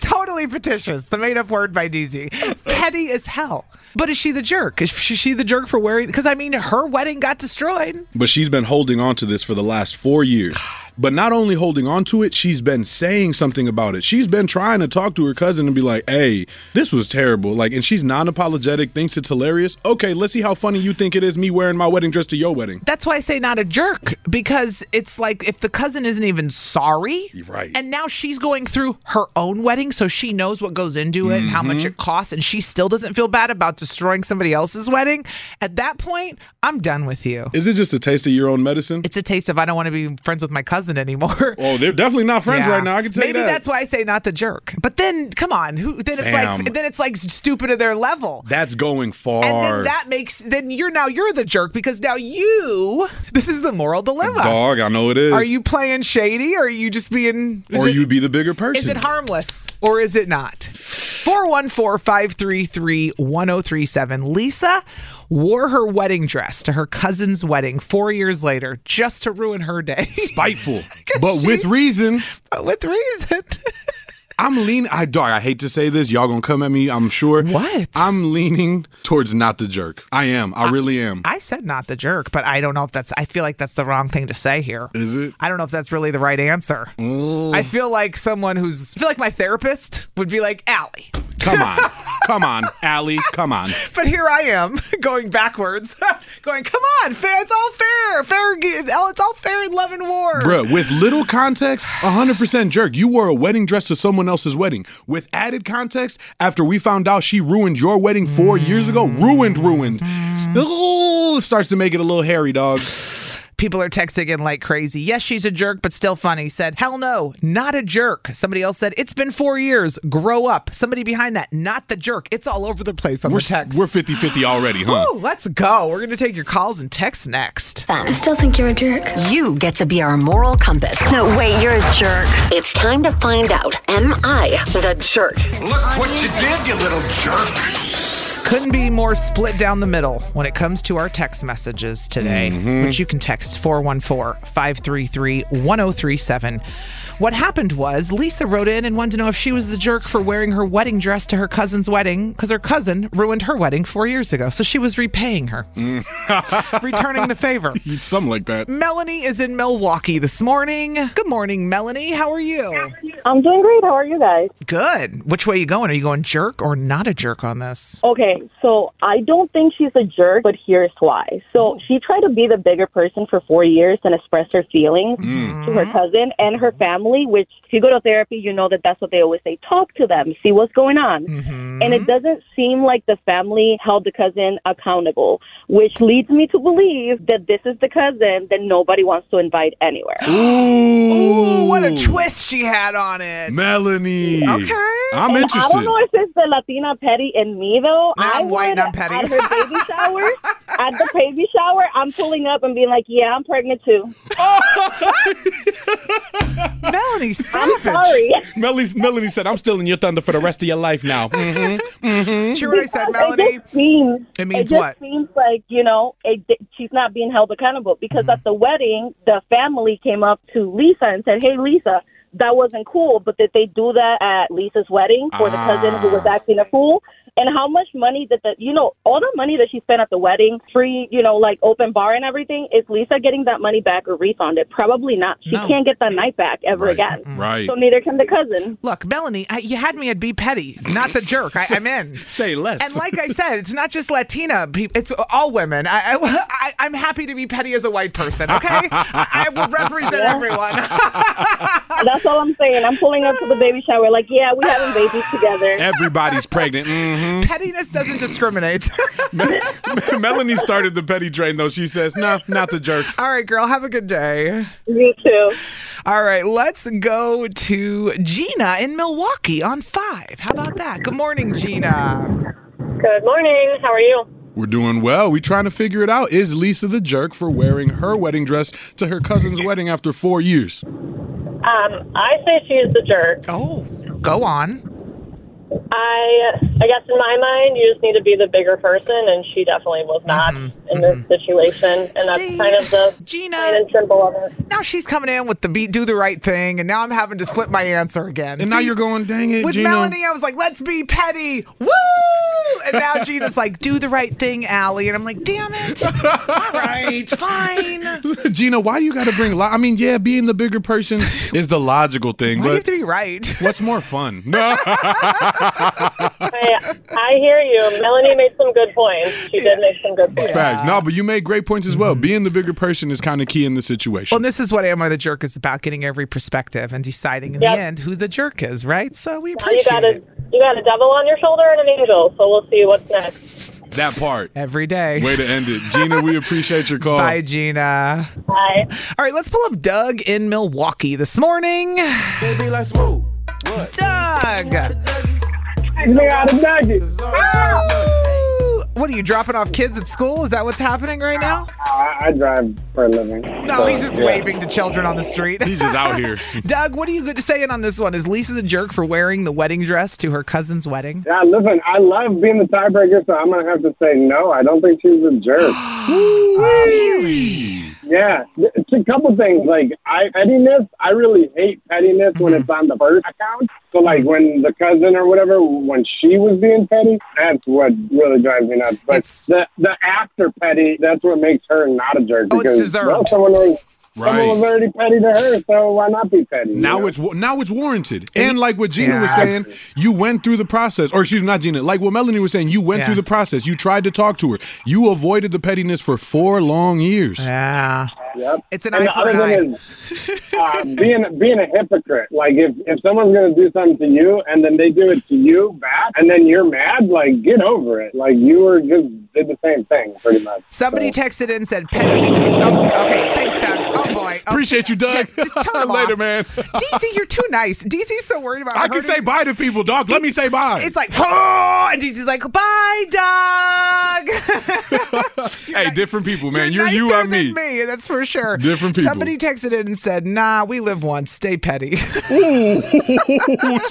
Speaker 2: <laughs> totally petitious. The made up word by DZ. petty as hell. But is she the jerk? Is she she the jerk for wearing? Because I mean, her wedding got destroyed.
Speaker 4: But she's been holding on to this for the last four years. But not only holding on to it, she's been saying something about it. She's been trying to talk to her cousin and be like, hey, this was terrible. Like, and she's non apologetic, thinks it's hilarious. Okay, let's see how funny you think it is me wearing my wedding dress to your wedding.
Speaker 2: That's why I say not a jerk because it's like if the cousin isn't even sorry,
Speaker 4: right?
Speaker 2: And now she's going through her own wedding, so she knows what goes into it and how much
Speaker 4: Mhm.
Speaker 2: it costs, and she still doesn't feel bad about destroying somebody else's wedding. At that point, I'm done with you.
Speaker 4: Is it just a taste of your own medicine?
Speaker 2: It's a taste of I don't want to be friends with my cousin. doesn't anymore.
Speaker 4: Oh, they're definitely not friends
Speaker 2: Yeah.
Speaker 4: right now. I can tell
Speaker 2: Maybe
Speaker 4: you that.
Speaker 2: that's why I say not the jerk. But then, come on, who? Then it's
Speaker 4: Damn.
Speaker 2: like then it's like stupid at their level.
Speaker 4: That's going far.
Speaker 2: And then that makes then you're now you're the jerk because now you this is the moral dilemma.
Speaker 4: Dog, I know it is.
Speaker 2: Are you playing shady or are you just being is
Speaker 4: or
Speaker 2: it-
Speaker 4: you'd be the bigger person.
Speaker 2: is it harmless or is it not? 414 533 1037. Lisa wore her wedding dress to her cousin's wedding four years later just to ruin her day. <laughs>
Speaker 4: Spiteful, but with reason.
Speaker 2: But Oh, with reason. <laughs>
Speaker 4: I'm leaning. I dog. I hate to say this. Y'all gonna come at me. I'm sure. What? I'm leaning towards not the jerk. I am. I, really am.
Speaker 2: I said not the jerk, but I don't know if that's, I feel like that's the wrong thing to say here.
Speaker 4: Is it? Oh.
Speaker 2: I don't know if that's really the right answer. I feel like someone who's, I feel like my therapist would be like, Allie.
Speaker 4: Come on,
Speaker 2: <laughs>
Speaker 4: come on, Allie. Come on.
Speaker 2: But here I am <laughs> going backwards, <laughs> going, come on, fair, it's all fair, fair, oh, it's all fair in love and war.
Speaker 4: Bruh, with little context, 100% jerk. You wore a wedding dress to someone else's wedding. With added context, after we found out she ruined your wedding four years ago, ruined, ruined.
Speaker 2: Mm-hmm.
Speaker 4: Oh, starts to make it a little
Speaker 2: <sighs>
Speaker 4: hairy, dog. <sighs>
Speaker 2: People are texting in like crazy. Yes, she's a jerk, but still funny. Said, hell no, not a jerk. Somebody else said, it's been four years, grow up. Somebody behind that, not the jerk. It's all over the place on
Speaker 4: We're,
Speaker 2: the text.
Speaker 4: we're 50 50 already, huh?
Speaker 2: Woo, let's go. We're going to take your calls and texts next.
Speaker 1: I still think you're a jerk. You get to be our moral compass. No, wait, you're a jerk. It's time to find out Am I the jerk?
Speaker 10: Look what you did, you little jerk.
Speaker 2: Couldn't be more split down the middle when it comes to our text messages today, which you can text 414 533 1037. What happened was Lisa wrote in and wanted to know if she was the jerk for wearing her wedding dress to her cousin's wedding because her cousin ruined her wedding four years ago. So she was repaying her. <laughs> Returning the favor.
Speaker 4: Something like that.
Speaker 2: Melanie is in Milwaukee this morning. Good morning, Melanie. How are you?
Speaker 11: I'm doing great. How are you guys?
Speaker 2: Good. Which way you going? Are you going jerk or not a jerk on this?
Speaker 11: Okay, so I don't think she's a jerk, but here's why. So she tried to be the bigger person for four years and express her feelings to her cousin and her family, which if you go to therapy, you know that that's what they always say. Talk to them, see what's going on. And it doesn't seem like the family held the cousin accountable, which leads me to believe that this is the cousin that nobody wants to invite anywhere.
Speaker 4: Ooh,
Speaker 2: what a twist she had on it.
Speaker 4: Melanie.
Speaker 2: Okay. Oh,
Speaker 4: I'm
Speaker 11: And I don't
Speaker 4: interested.
Speaker 11: know if it's the Latina petty in me though. I
Speaker 2: I'm white and
Speaker 11: would,
Speaker 2: I'm petty.
Speaker 11: At her
Speaker 2: <laughs>
Speaker 11: baby shower, at the baby shower, I'm pulling up and being like, "Yeah, I'm pregnant
Speaker 4: <laughs>
Speaker 11: too."
Speaker 2: Melanie,
Speaker 11: I'm
Speaker 4: <laughs>
Speaker 11: sorry.
Speaker 4: Melanie, Melanie said, I'm stealing your thunder for the rest of your life now. Mm-hmm. Mm-hmm.
Speaker 2: Hear what I said,
Speaker 11: Because
Speaker 2: Melanie?
Speaker 11: It just seems.
Speaker 2: It means
Speaker 11: it just
Speaker 2: what?
Speaker 11: seems like you know, it, she's not being held accountable because
Speaker 2: Mm-hmm.
Speaker 11: at the wedding, the family came up to Lisa and said, "Hey, Lisa." That wasn't cool, but did they do that at Lisa's wedding for the cousin who was
Speaker 2: Ah.
Speaker 11: acting a fool? And how much money did the, you know, all the money that she spent at the wedding, free, you know, like open bar and everything, is Lisa getting that money back or refunded? Probably not. She
Speaker 2: No.
Speaker 11: can't get that night back ever again.
Speaker 4: Right.
Speaker 11: So neither can the cousin.
Speaker 2: Look, Melanie, I, you had me at be petty, not the jerk. I, I'm in.
Speaker 4: <laughs> Say less.
Speaker 2: And like I said, it's not just Latina people; it's all women. I, <laughs> I, I, I'm happy to be petty as a white person. Okay,
Speaker 4: <laughs>
Speaker 2: I, I will represent everyone.
Speaker 11: That's all I'm saying. I'm pulling up to the baby shower, like, yeah, we having babies together.
Speaker 4: Everybody's <laughs> pregnant. Mm-hmm.
Speaker 2: Pettiness doesn't discriminate. <laughs>
Speaker 4: Melanie started the petty train, though. She says, "No, not the jerk."
Speaker 2: all right, girl, have a good day.
Speaker 11: You too.
Speaker 2: All right, let's go to Gina in Milwaukee on five. How about that? Good morning, Gina.
Speaker 13: Good morning. How are you?
Speaker 4: We're doing well. We're trying to figure it out. Is Lisa the jerk for wearing her wedding dress to her cousin's wedding after four years?
Speaker 13: Um, I say she is the jerk.
Speaker 2: Oh, go on.
Speaker 13: I I guess in my mind, you just need to be the bigger person, and she definitely was not
Speaker 2: Mm-hmm,
Speaker 13: in this situation, and that's kind of the
Speaker 2: Gina.
Speaker 13: plain and simple of it.
Speaker 2: Now she's coming in with the be, do the right thing, and now I'm having to flip my answer again.
Speaker 4: And now
Speaker 2: See,
Speaker 4: you're going, "Dang it,
Speaker 2: with
Speaker 4: Gina."
Speaker 2: Melanie. I was like, let's be petty. Woo! And now Gina's like, do the right thing, Allie. And I'm like, damn
Speaker 4: <laughs>
Speaker 2: it. All right, fine. Why
Speaker 4: Gina, why do you got to bring? Lo- I mean, yeah, being the bigger person is the logical thing,
Speaker 2: do you have
Speaker 4: but
Speaker 2: to be right?
Speaker 4: what's more fun? <laughs> No.
Speaker 13: I, I hear you. Melanie made some good points. She did make some good points.
Speaker 4: Facts. No, but you made great points as well. Being the bigger person is kind of key in the
Speaker 2: Well,
Speaker 4: situation.
Speaker 2: and this is what Am I the Jerk is about getting every perspective and deciding in
Speaker 13: Yep.
Speaker 2: the end who the jerk is, right? So we
Speaker 13: Now you
Speaker 2: appreciate
Speaker 13: got a
Speaker 2: it.
Speaker 13: you got a devil on your shoulder and an angel, so we'll see what's next.
Speaker 4: That part.
Speaker 2: Every day.
Speaker 4: Way to end it. Gina, we appreciate your call.
Speaker 2: Bye, Gina.
Speaker 13: Bye.
Speaker 2: All right, let's pull up Doug in Milwaukee this morning. Baby, let's move. Doug. Woo! What are you dropping off kids at school? Is that what's happening right now?
Speaker 14: I, I drive for a living.
Speaker 2: No, he's just waving to children on the street.
Speaker 4: He's just out here.
Speaker 2: <laughs> Doug, what are you saying on this one? Is Lisa the jerk for wearing the wedding dress to her cousin's wedding?
Speaker 14: Yeah, listen, I love being the tiebreaker, so I'm gonna have to say no. I don't think she's a
Speaker 4: <gasps>
Speaker 14: jerk.
Speaker 2: really?
Speaker 14: Yeah, th- it's a couple things. Like I pettiness, I really hate pettiness when
Speaker 4: Mm-hmm.
Speaker 14: it's on the first account. So like when the cousin or whatever, when she was being petty, that's what really drives me nuts. But the the after petty, that's what makes her not a jerk
Speaker 4: Oh, it's
Speaker 14: because
Speaker 4: deserved.
Speaker 14: well, someone was
Speaker 4: Right.
Speaker 14: someone was already petty to her, so why not be petty? you
Speaker 4: Now
Speaker 14: know?
Speaker 4: it's wa- now it's warranted, and like what Gina was
Speaker 14: Yeah.
Speaker 4: saying, you went through the process, or excuse me, not Gina, like what Melanie was saying, you went
Speaker 2: Yeah.
Speaker 4: through the process. You tried to talk to her. You avoided the pettiness for four long years.
Speaker 2: Yeah,
Speaker 14: Yep.
Speaker 2: It's
Speaker 4: an eye for an
Speaker 14: is, uh, being being a hypocrite. Like if if someone's gonna do something to you and then they do it to you back, and then you're mad, like get over it. Like you were just did the same thing pretty much.
Speaker 2: Somebody texted in and said petty. Oh, okay, thanks, Doug. Oh boy.
Speaker 4: Appreciate you, Doug.
Speaker 2: just
Speaker 4: <laughs>
Speaker 2: tell him
Speaker 4: Later,
Speaker 2: off.
Speaker 4: man.
Speaker 2: DZ,
Speaker 4: <laughs>
Speaker 2: you're too nice. DZ's so worried about.
Speaker 4: I can say bye to people, dog. Let me say bye.
Speaker 2: It's like, oh, and DZ's like, bye, Doug. <laughs>
Speaker 4: hey, different people, man. You're, you,
Speaker 2: nicer
Speaker 4: I'm me.
Speaker 2: than me. That's for sure.
Speaker 4: Different people.
Speaker 2: Somebody texted in and said, nah, we live once. Stay petty. <laughs>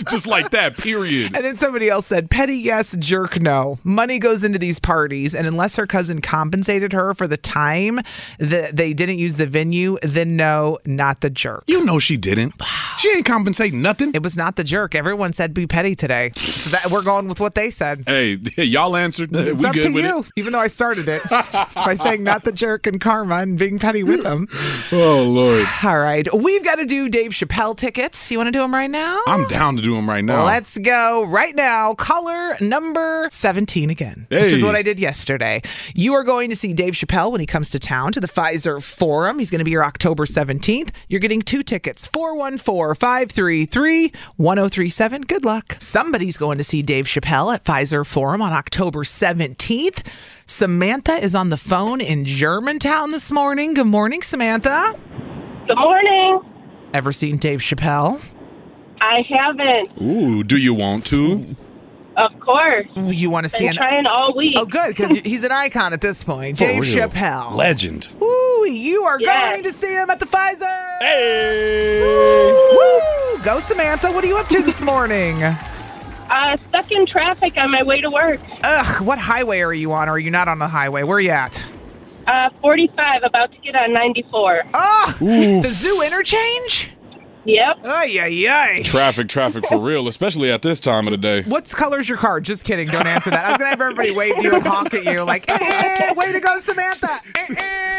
Speaker 4: Just like that. Period.
Speaker 2: <laughs> And then somebody else said, petty yes, jerk no. Money goes into these parties, and unless her cousin compensated her for the time that they didn't use the venue, then no, not the jerk.
Speaker 4: You know she didn't. She ain't compensating nothing.
Speaker 2: It was not the jerk. Everyone said be petty today. So that we're going with what they said.
Speaker 4: Hey, y'all answered. <laughs> We
Speaker 2: It's up
Speaker 4: good
Speaker 2: to
Speaker 4: with
Speaker 2: you,
Speaker 4: it.
Speaker 2: even though I started it by saying not the jerk and karma and being petty with them.
Speaker 4: Oh lord.
Speaker 2: All right, we've got to do Dave Chappelle tickets. You want to do them right now?
Speaker 4: I'm down to do them right now.
Speaker 2: Let's go right now. Caller number 17 again, which is
Speaker 4: Hey.
Speaker 2: what I did yesterday. You are going to see Dave Chappelle when he comes to town to the Pfizer Forum. He's going to be here October 17th. You're getting two tickets 414 533 1037. Good luck. Somebody's going to see Dave Chappelle at Pfizer Forum on October 17th. Samantha is on the phone in Germantown this morning. Good morning, Samantha.
Speaker 15: Good morning.
Speaker 2: Ever seen Dave Chappelle?
Speaker 15: I haven't,
Speaker 4: Ooh, do you want to?
Speaker 15: of course.
Speaker 2: You want to see
Speaker 15: Been
Speaker 2: an
Speaker 15: trying all week.
Speaker 2: Oh, good because he's an icon at this point.
Speaker 4: For
Speaker 2: Dave
Speaker 4: real.
Speaker 2: Chappelle.
Speaker 4: Legend.
Speaker 2: Ooh, you are
Speaker 15: Yes.
Speaker 2: going to see him at the Pfizer.
Speaker 4: Hey.
Speaker 2: Woo! Go Samantha. What are you up to this morning?
Speaker 15: Uh, stuck in traffic on my way to work.
Speaker 2: Ugh, what highway are you on? Or are you not on the highway? Where are you at?
Speaker 15: Uh, 45, about to get on 94.
Speaker 2: Ah, the zoo interchange.
Speaker 15: Yep.
Speaker 2: Oh yeah, yeah.
Speaker 4: Traffic, traffic for real, especially at this time of the day.
Speaker 2: What's color's your car? Just kidding. Don't answer that. I was gonna have everybody wave to you and honk at you like, eh, way to go, Samantha.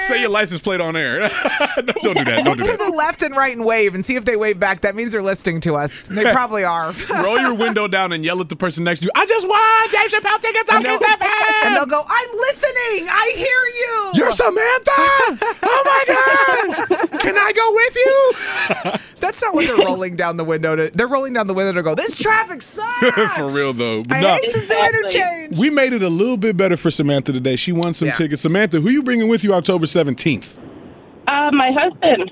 Speaker 4: Say your license plate on air. <laughs> No, don't do that. Don't
Speaker 2: Look
Speaker 4: do
Speaker 2: to
Speaker 4: that.
Speaker 2: the left and right and wave and see if they wave back. That means they're listening to us. They probably are.
Speaker 4: Roll your window down and yell at the person next to you. I just want Dave Chappelle tickets on
Speaker 2: And they'll-
Speaker 4: Kiss FM.
Speaker 2: And they'll go, "Oh." I'm listening. I hear you.
Speaker 4: You're Samantha. oh my God. Can I go with you?
Speaker 2: That's not what they're rolling down the window to. They're rolling down the window to go, this
Speaker 4: <laughs>
Speaker 2: traffic sucks.
Speaker 4: for real though.
Speaker 2: <laughs> I
Speaker 4: Nah.
Speaker 2: hate the zoo interchange.
Speaker 4: We made it a little bit better for Samantha today. She won some
Speaker 2: Yeah.
Speaker 4: tickets. Samantha, who you bringing with you October 17th?
Speaker 15: Uh, my husband.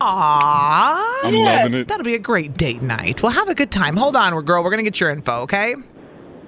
Speaker 2: Aw.
Speaker 4: I'm loving it.
Speaker 2: That'll be a great date night. Well, have a good time. Hold on, girl. We're going to get your info, okay?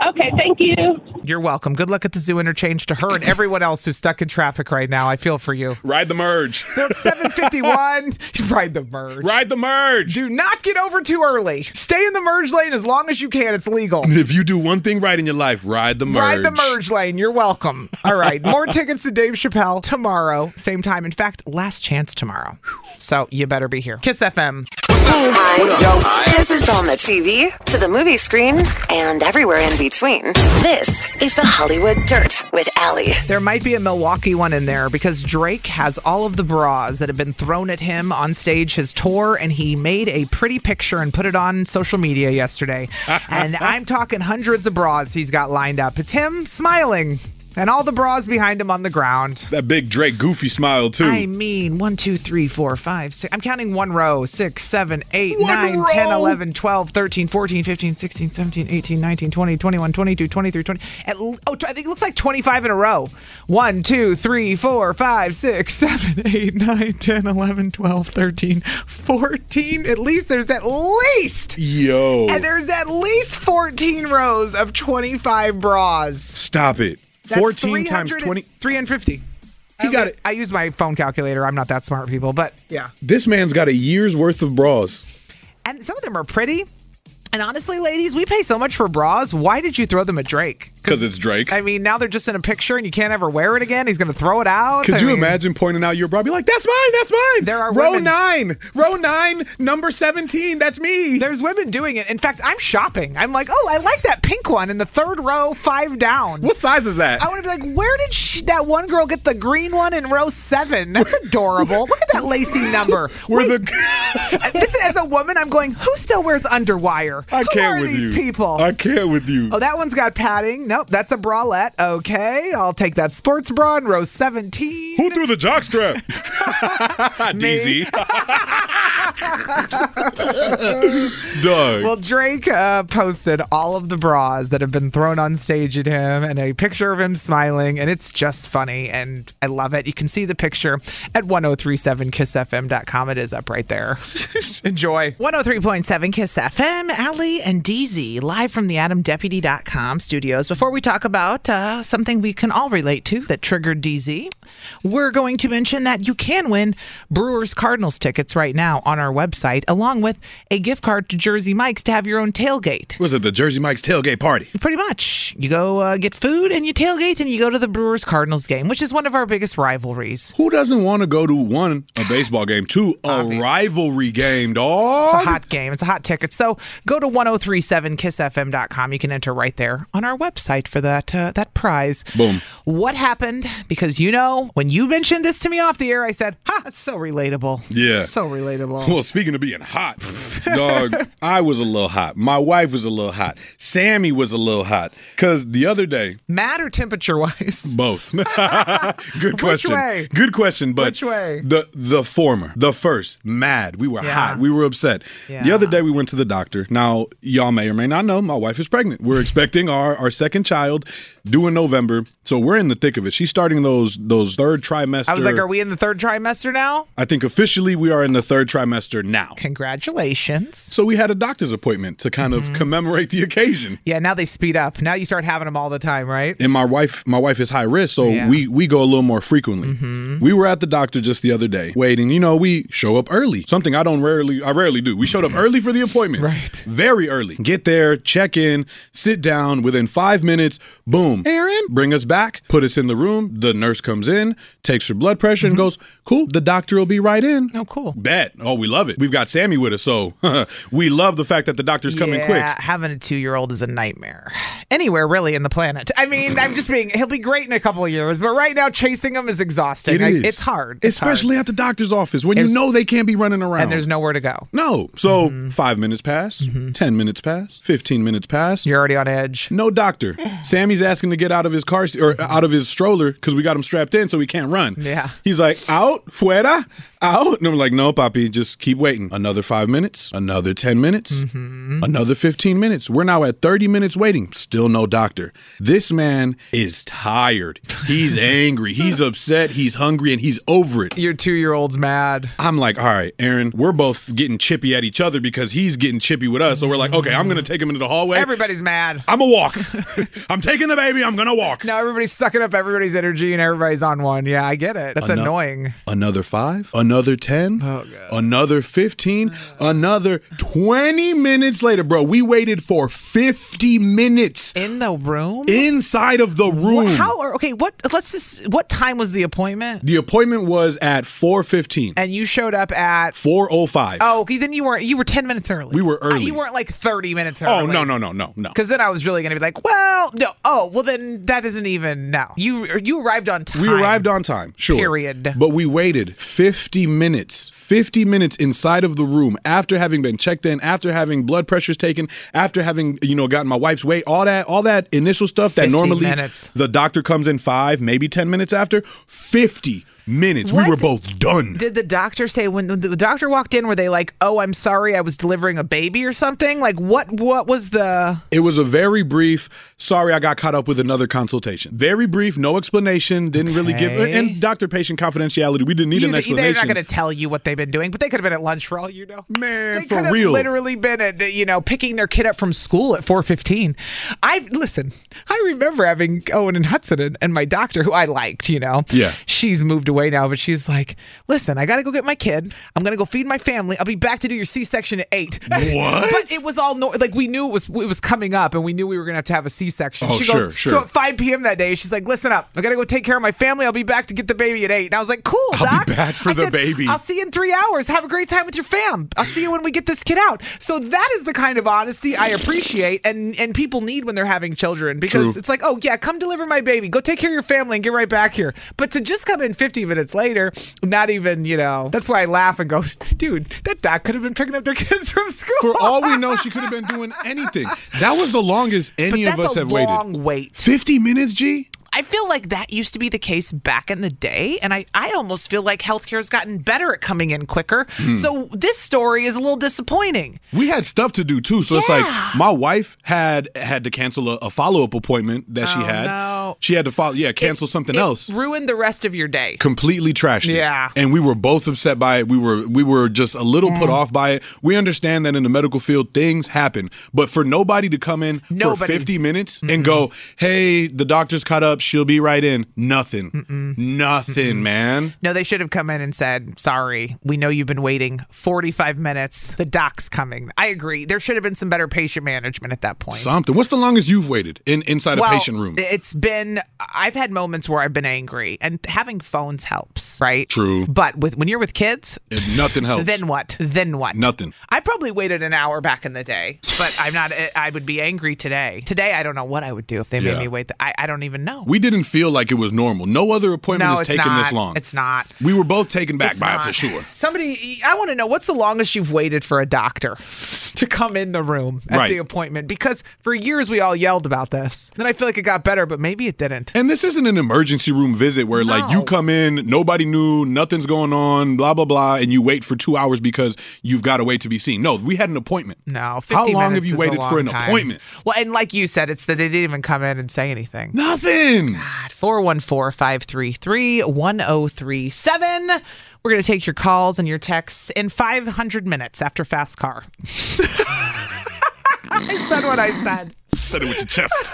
Speaker 15: Okay, thank you.
Speaker 2: You're welcome. Good luck at the zoo interchange to her and everyone else who's stuck in traffic right now. I feel for you.
Speaker 4: Ride the merge. <laughs>
Speaker 2: It's 751. <laughs> Ride the merge.
Speaker 4: Ride the merge.
Speaker 2: Do not get over too early. Stay in the merge lane as long as you can. It's legal.
Speaker 4: If you do one thing right in your life, ride the merge.
Speaker 2: Oh. Ride the merge lane. You're welcome. All right.
Speaker 4: <laughs>
Speaker 2: More tickets to Dave Chappelle tomorrow, same time. In fact, last chance tomorrow. So you better be here. Kiss FM.
Speaker 1: Hey, hi. This is on the TV, to the movie screen, and everywhere in between. This is the Hollywood Dirt with Allie.
Speaker 2: There might be a Milwaukee one in there because Drake has all of the bras that have been thrown at him on stage his tour, and he made a pretty picture and put it on social media yesterday. and I'm talking hundreds of bras he's got lined up. It's him smiling. And all the bras behind him on the ground.
Speaker 4: That big Drake goofy smile too.
Speaker 2: I mean, one, two, three, four, five, six. I'm counting one row. Six, seven, eight,
Speaker 4: One
Speaker 2: nine,
Speaker 4: row.
Speaker 2: 10, 11, 12, 13, 14, 15, 16, 17, 18, 19, 20, 21, 22, 23, 20. At, l- oh, I think it looks like 25 in a row. One, two, three, four, five, six, <laughs> seven, eight, nine, 10, 11, 12, 13, 14. At least there's at least.
Speaker 4: Yo.
Speaker 2: And there's at least 14 rows of 25 bras.
Speaker 4: Stop it.
Speaker 2: That's
Speaker 4: 14 times
Speaker 2: 300
Speaker 4: 20.
Speaker 2: 350. He got it. I use my phone calculator. I'm not that smart, people, but yeah.
Speaker 4: This man's got a year's worth of bras.
Speaker 2: And some of them are pretty. And honestly, ladies, we pay so much for bras. Why did you throw them at Drake?
Speaker 4: Because it's Drake.
Speaker 2: I mean, now they're just in a picture and you can't ever wear it again. He's going to throw it out.
Speaker 4: Could
Speaker 2: I
Speaker 4: you
Speaker 2: mean,
Speaker 4: imagine pointing out your bra? Be like, that's mine, that's mine. There are row
Speaker 2: women-
Speaker 4: nine, row nine, number seventeen. That's me.
Speaker 2: There's women doing it. In fact, I'm shopping. I'm like, oh, I like that pink one in the third row, five down. Oh,
Speaker 4: What size is that?
Speaker 2: I want to be like, where did she, that one girl get the green one in row seven? That's adorable. Look at that
Speaker 4: <laughs>
Speaker 2: lacy number. <laughs>
Speaker 4: Where the
Speaker 2: this as a woman, I'm going, who still wears underwire?
Speaker 4: I
Speaker 2: who
Speaker 4: can't
Speaker 2: are
Speaker 4: with
Speaker 2: these
Speaker 4: you.
Speaker 2: people?
Speaker 4: I can't with you.
Speaker 2: Oh, that one's got padding. Nope, that's a bralette. Okay, I'll take that sports bra in row 17.
Speaker 4: Who threw
Speaker 2: <laughs>
Speaker 4: the <laughs> jockstrap? <laughs> DZ. Doug.
Speaker 2: Well, Drake uh, posted all of the bras that have been thrown on stage at him and a picture of him smiling, and it's just funny, and I love it. You can see the picture at 1037kissfm.com. It is up right there. Enjoy. 103.7 Kiss FM, Allie and DZ, live from the AdamDeputy.com studios. Before we talk about uh, something we can all relate to that triggered DZ, we're going to mention that you can win Brewers Cardinals tickets right now on our website, along with a gift card to Jersey Mike's to have your own tailgate.
Speaker 4: Was it the Jersey Mike's tailgate party?
Speaker 2: Pretty much. You go uh, get food and you tailgate and you go to the Brewers Cardinals game, which is one of our biggest rivalries.
Speaker 4: Who doesn't want to go to one a baseball game, two a rivalry game, dog?
Speaker 2: It's a hot game. It's a hot ticket. So go to 1037kissfm.com. You can enter right there on our website for that uh, that prize.
Speaker 4: Boom.
Speaker 2: What happened? Because you know, when you mentioned this to me off the air, I said, "Ha, it's so relatable."
Speaker 4: Yeah.
Speaker 2: So relatable.
Speaker 4: Well, speaking of being hot,
Speaker 2: <laughs>
Speaker 4: dog, I was a little hot. My wife was a little hot. Sammy was a little hot. Because the other day,
Speaker 2: Mad or temperature wise? <laughs>
Speaker 4: both. Good question.
Speaker 2: way?
Speaker 4: Good question. But
Speaker 2: Which way?
Speaker 4: The the former, the first, mad. We were
Speaker 2: Yeah.
Speaker 4: hot. We were upset. The
Speaker 2: Yeah.
Speaker 4: other day we went to the doctor. Now y'all may or may not know, my wife is pregnant. We're expecting our our second child due in November. So we're in the thick of it. She's starting those those third trimester.
Speaker 2: I was like, "Are we in the third trimester now?"
Speaker 4: I think officially we are in the third trimester now.
Speaker 2: Congratulations. Mm-hmm.
Speaker 4: So we had a doctor's appointment to kind of commemorate the occasion.
Speaker 2: Yeah, now they speed up. Now you start having them all the time, right?
Speaker 4: And my wife, my wife is high risk, so
Speaker 2: Yeah. Mm-hmm.
Speaker 4: we we go a little more frequently. We were at the doctor just the other day, waiting. You know, we show up early. Something I don't rarely, I rarely do. We showed up early for the appointment, right? Very early. Get there, check in, sit down. Within five minutes, boom, Aaron, bring us back, put us in the room. The nurse comes in, takes her blood pressure, and goes, "Cool, the doctor will be right in."
Speaker 2: Mm-hmm. Oh, cool.
Speaker 4: Bet. Oh, we love it. We've got Sammy with us, so <laughs> we love the fact that the doctor's coming
Speaker 2: yeah,
Speaker 4: quick.
Speaker 2: having a two-year-old is a nightmare. Anywhere really in the planet. I mean, I'm just being. He'll be great in a couple of years, but right now chasing him is exhausting.
Speaker 4: It
Speaker 2: Like,
Speaker 4: is.
Speaker 2: It's hard. It's hard.
Speaker 4: Especially at the doctor's office when you
Speaker 2: There's-
Speaker 4: know they can't be running around.
Speaker 2: and there's Mm-hmm. nowhere to go.
Speaker 4: no. So five minutes pass, 10 minutes pass, 15 minutes pass.
Speaker 2: You're already on edge.
Speaker 4: No
Speaker 2: <sighs>
Speaker 4: doctor. Sammy's asking to get out of his car se- or out of his stroller because we got him strapped in so he can't run.
Speaker 2: Yeah.
Speaker 4: He's like, out, fuera, out. And I'm like, no, Poppy, just keep waiting. Another five minutes, another 10 minutes,
Speaker 2: Mm-hmm.
Speaker 4: another 15 minutes. We're now at 30 minutes waiting. Still no doctor. This man is tired.
Speaker 2: <laughs>
Speaker 4: He's angry. He's upset. He's hungry and he's over it.
Speaker 2: Your two-year-old's mad.
Speaker 4: I'm like, all right, Aaron, we're both getting chippy at each other because he's getting chippy with us. So we're like, okay, I'm going to take him into the hallway.
Speaker 2: Everybody's mad.
Speaker 4: I'm
Speaker 2: <laughs>
Speaker 4: a walk. I'm taking the baby. I'm going to walk.
Speaker 2: No, everybody's sucking up everybody's energy and everybody's on one. Yeah, I get it. That's
Speaker 4: Ano-
Speaker 2: annoying.
Speaker 4: Another five, another 10,
Speaker 2: Oh,
Speaker 4: another 15, another 20 minutes later, bro. We waited for 50 minutes
Speaker 2: In the room?
Speaker 4: inside of the room.
Speaker 2: How are okay? What? Let's just. What time was the appointment?
Speaker 4: The appointment was at 4.15,
Speaker 2: And you showed up at.
Speaker 4: 4.05.
Speaker 2: Oh, okay, then you weren't. You were ten minutes early.
Speaker 4: We were early.
Speaker 2: You weren't like thirty minutes early.
Speaker 4: oh, no, no, no, no, no.
Speaker 2: Because then I was really gonna be like, well, no. Oh, well, then that isn't even even know. You you arrived on time.
Speaker 4: We arrived on time, sure.
Speaker 2: Period.
Speaker 4: But we waited 50 minutes, 50 minutes inside of the room after having been checked in, after having blood pressures taken, after having, you know, gotten my wife's weight, all that, all that initial stuff that
Speaker 2: 50
Speaker 4: normally
Speaker 2: minutes.
Speaker 4: the doctor comes in five, maybe 10 minutes after. 50 minutes.
Speaker 2: What?
Speaker 4: We were both done.
Speaker 2: Did the doctor say when the- the doctor walked in? Were they like, "Oh, I'm sorry, I was delivering a baby" or something? Like, what? What was the?
Speaker 4: It was a very brief, sorry, I got caught up with another consultation. Very brief, no explanation, didn't really give,
Speaker 2: Okay.
Speaker 4: and doctor patient confidentiality, we didn't need
Speaker 2: You-
Speaker 4: an
Speaker 2: they're not
Speaker 4: explanation.
Speaker 2: going to tell you what they've been doing, but they could have been at lunch for all you know. Man, they
Speaker 4: for
Speaker 2: could have
Speaker 4: real.
Speaker 2: literally been at you know picking their kid up from school at four fifteen. I listen. I remember having Owen and Hudson and, and my doctor, who I liked. You know,
Speaker 16: Yeah.
Speaker 2: she's moved away now, but she was like, "Listen, I got to go get my kid. I'm going to go feed my family. I'll be back to do your C-section at <laughs> 8.
Speaker 4: What?
Speaker 2: but it was all no- like we knew it was it was coming up, and we knew we were going to have to have a C-section.
Speaker 4: Oh,
Speaker 2: she
Speaker 4: sure,
Speaker 2: goes,
Speaker 4: sure.
Speaker 2: So at 5 p.m. that day, she's like, "Listen up, I got to go take care of my family. I'll be back to get the baby at 8. And I was like, "Cool, doc."
Speaker 4: Back for the baby.
Speaker 2: I'll see you in three hours. Have a great time with your fam. I'll see you when we get this kid out. So that is the kind of honesty I appreciate and and people need when they're having children because
Speaker 16: True.
Speaker 2: it's like, oh yeah, come deliver my baby. Go take care of your family and get right back here. But to just come in 50 minutes later, not even you know. That's why I laugh and go, dude, that doc could have been picking up their kids from school.
Speaker 4: For all
Speaker 2: <laughs>
Speaker 4: we know, she could have been doing anything. That was the longest any
Speaker 2: but
Speaker 4: of
Speaker 2: that's
Speaker 4: us
Speaker 2: a
Speaker 4: have
Speaker 2: long
Speaker 4: waited.
Speaker 2: wait.
Speaker 4: 50 minutes, G?
Speaker 2: I feel like that used to be the case back in the day, and I, I almost feel like healthcare has gotten better at coming in quicker.
Speaker 4: Hmm.
Speaker 2: So this story is a little disappointing.
Speaker 4: We had stuff to do too, so it's like my wife had had to cancel a, a follow up appointment that she
Speaker 2: Oh,
Speaker 4: had.
Speaker 2: no.
Speaker 4: She had to follow, yeah, cancel something else.
Speaker 2: Ruined the rest of your day.
Speaker 4: completely trashed it.
Speaker 2: Yeah.
Speaker 4: And we were both upset by it. We were we were just a little put
Speaker 2: Mm.
Speaker 4: off by it. We understand that in the medical field things happen, but for nobody to come in for
Speaker 2: Nobody.
Speaker 4: 50 minutes and go, "Hey, the doctor's caught up. She'll be right in." Nothing. Nothing, man.
Speaker 2: No, they should have come in and said, sorry, we know you've been waiting 45 minutes. The doc's coming. I agree. There should have been some better patient management at that point.
Speaker 4: Something. What's the longest you've waited in inside
Speaker 2: well,
Speaker 4: a patient room?
Speaker 2: It's been I've had moments where I've been angry and having phones helps, right?
Speaker 4: True.
Speaker 2: But with when you're with kids,
Speaker 4: If nothing helps.
Speaker 2: Then what? Then what?
Speaker 4: Nothing.
Speaker 2: I probably waited an hour back in the day, but I'm not I would be angry today. Today I don't know what I would do if they
Speaker 4: Yeah.
Speaker 2: made me wait. I, I don't even know.
Speaker 4: We didn't feel like it was normal. No other appointment
Speaker 2: No,
Speaker 4: is
Speaker 2: it's
Speaker 4: taking
Speaker 2: not.
Speaker 4: this long.
Speaker 2: It's not.
Speaker 4: We were both taken back
Speaker 2: It's
Speaker 4: by it
Speaker 2: not.
Speaker 4: for sure.
Speaker 2: Somebody, I want to know what's the longest you've waited for a doctor to come in the room at
Speaker 4: Right.
Speaker 2: the appointment? Because for years we all yelled about this. Then I feel like it got better, but maybe it didn't.
Speaker 4: And this isn't an emergency room visit where like you come in, nobody knew, nothing's going on, blah blah blah, and you wait for two hours because you've got to wait to be seen. No, we had an appointment.
Speaker 2: No, 50
Speaker 4: How long have
Speaker 2: minutes
Speaker 4: you
Speaker 2: is a
Speaker 4: waited for
Speaker 2: long
Speaker 4: an
Speaker 2: time.
Speaker 4: appointment?
Speaker 2: Well, and like you said, it's that they didn't even come in and say anything.
Speaker 4: Nothing.
Speaker 2: God, 414 533 1037. We're going to take your calls and your texts in 500 minutes after Fast Car. <laughs> I said what I said.
Speaker 4: Said it with your chest.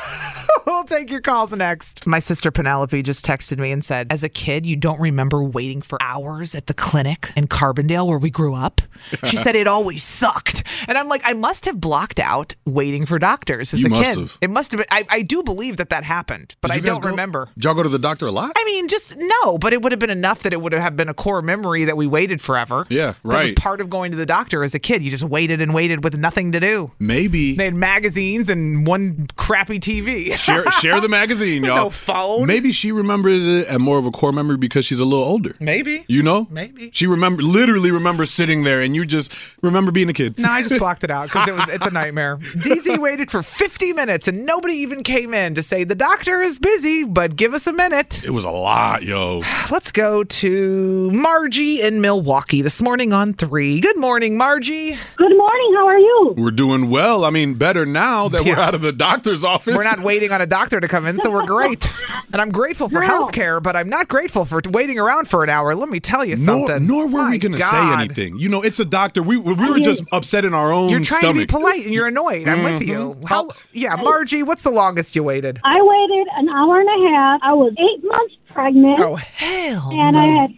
Speaker 2: <laughs> we'll take your calls next. My sister Penelope just texted me and said, As a kid, you don't remember waiting for hours at the clinic in Carbondale where we grew up. She said it always sucked. And I'm like, I must have blocked out waiting for doctors as
Speaker 4: You
Speaker 2: a
Speaker 4: must
Speaker 2: kid.
Speaker 4: have.
Speaker 2: It must have been, I, I do believe that that happened, but
Speaker 4: Did
Speaker 2: I
Speaker 4: you guys
Speaker 2: don't
Speaker 4: go-
Speaker 2: remember.
Speaker 4: Did y'all go to the doctor a lot?
Speaker 2: I mean, just no, but it would have been enough that it would have been a core memory that we waited forever.
Speaker 4: Yeah,
Speaker 2: That was
Speaker 4: right.
Speaker 2: part of going to the doctor as a kid. You just waited and waited with nothing to do.
Speaker 4: Maybe
Speaker 2: They had magazines and one crappy TV. <laughs>
Speaker 4: share share the magazine,
Speaker 2: There's
Speaker 4: y'all.
Speaker 2: no phone.
Speaker 4: Maybe she remembers it at more of a core memory because she's a little older.
Speaker 2: Maybe.
Speaker 4: You know?
Speaker 2: Maybe.
Speaker 4: She remember literally remembers sitting there and you just remember being a kid.
Speaker 2: No, I just blocked it out because it was
Speaker 4: <laughs>
Speaker 2: it's a nightmare. DZ waited for 50 minutes and nobody even came in to say the doctor is busy, but give us a minute.
Speaker 4: It was a lot, yo.
Speaker 2: Let's go to Margie in Milwaukee this morning on three. Good morning, Margie.
Speaker 7: Good morning. How are you?
Speaker 4: We're doing well. I mean, better now that we're
Speaker 2: Yeah.
Speaker 4: out of the doctor's office.
Speaker 2: We're not waiting on a doctor to come in, so we're great. And I'm grateful for
Speaker 4: No.
Speaker 2: health care, but I'm not grateful for waiting around for an hour. Let me tell you
Speaker 4: Nor,
Speaker 2: something.
Speaker 4: nor were we going to say
Speaker 2: God.
Speaker 4: anything. You know, it's a doctor. We, we were just upset in our own
Speaker 2: You're trying
Speaker 4: stomach.
Speaker 2: to be polite and you're annoyed. I'm with you.
Speaker 4: Mhm.
Speaker 2: Mm-hmm. How, yeah, Margie, what's the longest you waited?
Speaker 7: I waited an hour and a half. I was eight months pregnant.
Speaker 2: Oh, hell.
Speaker 7: And I
Speaker 2: no.
Speaker 7: had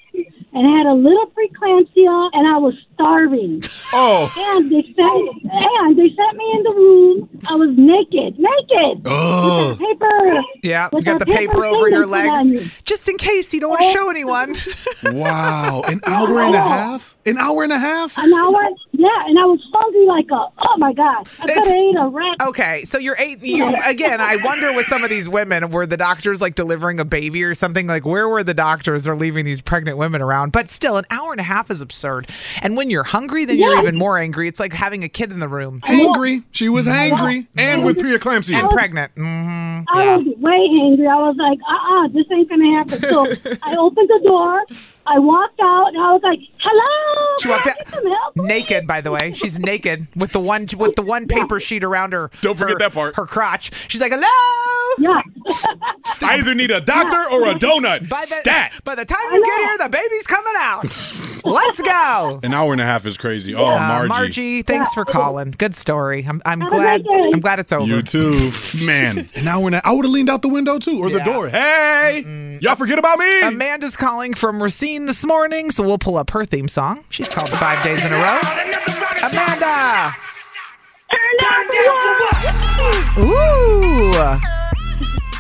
Speaker 7: and I had a little preeclampsia, and I was
Speaker 2: <laughs>
Speaker 7: starving.
Speaker 4: Oh.
Speaker 7: And they sent and they sent me in the room. I was naked, naked.
Speaker 2: Oh.
Speaker 7: With the paper.
Speaker 2: Yeah, you
Speaker 7: with
Speaker 2: got the paper over
Speaker 7: thing
Speaker 2: your
Speaker 7: they put on
Speaker 2: legs
Speaker 7: you.
Speaker 2: just in case you don't want to show anyone. <laughs>
Speaker 7: <laughs>
Speaker 4: wow. An hour and a half? An hour and a half?
Speaker 7: An hour. Yeah, Yeah, and I was hungry like a oh my god. I could have ate a rat.
Speaker 2: Okay, so you're eight. You, uh, again, I wonder with some of these women, were the doctors like delivering a baby or something? Like, where were the doctors? They're leaving these pregnant women around. But still, an hour and a half is absurd. And when you're hungry, then you're
Speaker 4: Yes.
Speaker 2: even more angry. It's like having a kid in the room.
Speaker 4: Hangry. She was hangry and with preeclampsia.
Speaker 2: And pregnant. Mm-hmm.
Speaker 7: I was way angry. I was like, uh uh this ain't gonna happen.
Speaker 2: <laughs>
Speaker 7: So I opened the door, I walked out, and I was like, Hello
Speaker 2: She walked out naked, by the way. She's naked with the one with the one paper sheet around her. Don't forget that part. Her crotch. She's like, "Hello."
Speaker 7: Yeah.
Speaker 4: <laughs> I either need a doctor or a donut.
Speaker 2: By the,
Speaker 4: Stat.
Speaker 2: By the time you get here, the baby's coming out.
Speaker 4: <laughs>
Speaker 2: Let's go.
Speaker 4: An hour and a half is crazy. Oh,
Speaker 2: Yeah,
Speaker 4: Margie.
Speaker 2: Margie, thanks for calling. Good story. I'm, I'm
Speaker 4: Have a
Speaker 2: glad.
Speaker 4: great day.
Speaker 2: I'm glad it's over.
Speaker 4: You too, man. An hour and a, I would have leaned out the window too, or the
Speaker 2: Yeah.
Speaker 4: door. Hey, y'all forget about me.
Speaker 2: Amanda's calling from Racine this morning, so we'll pull up her theme song. She's called five days in a row. Amanda. Ooh.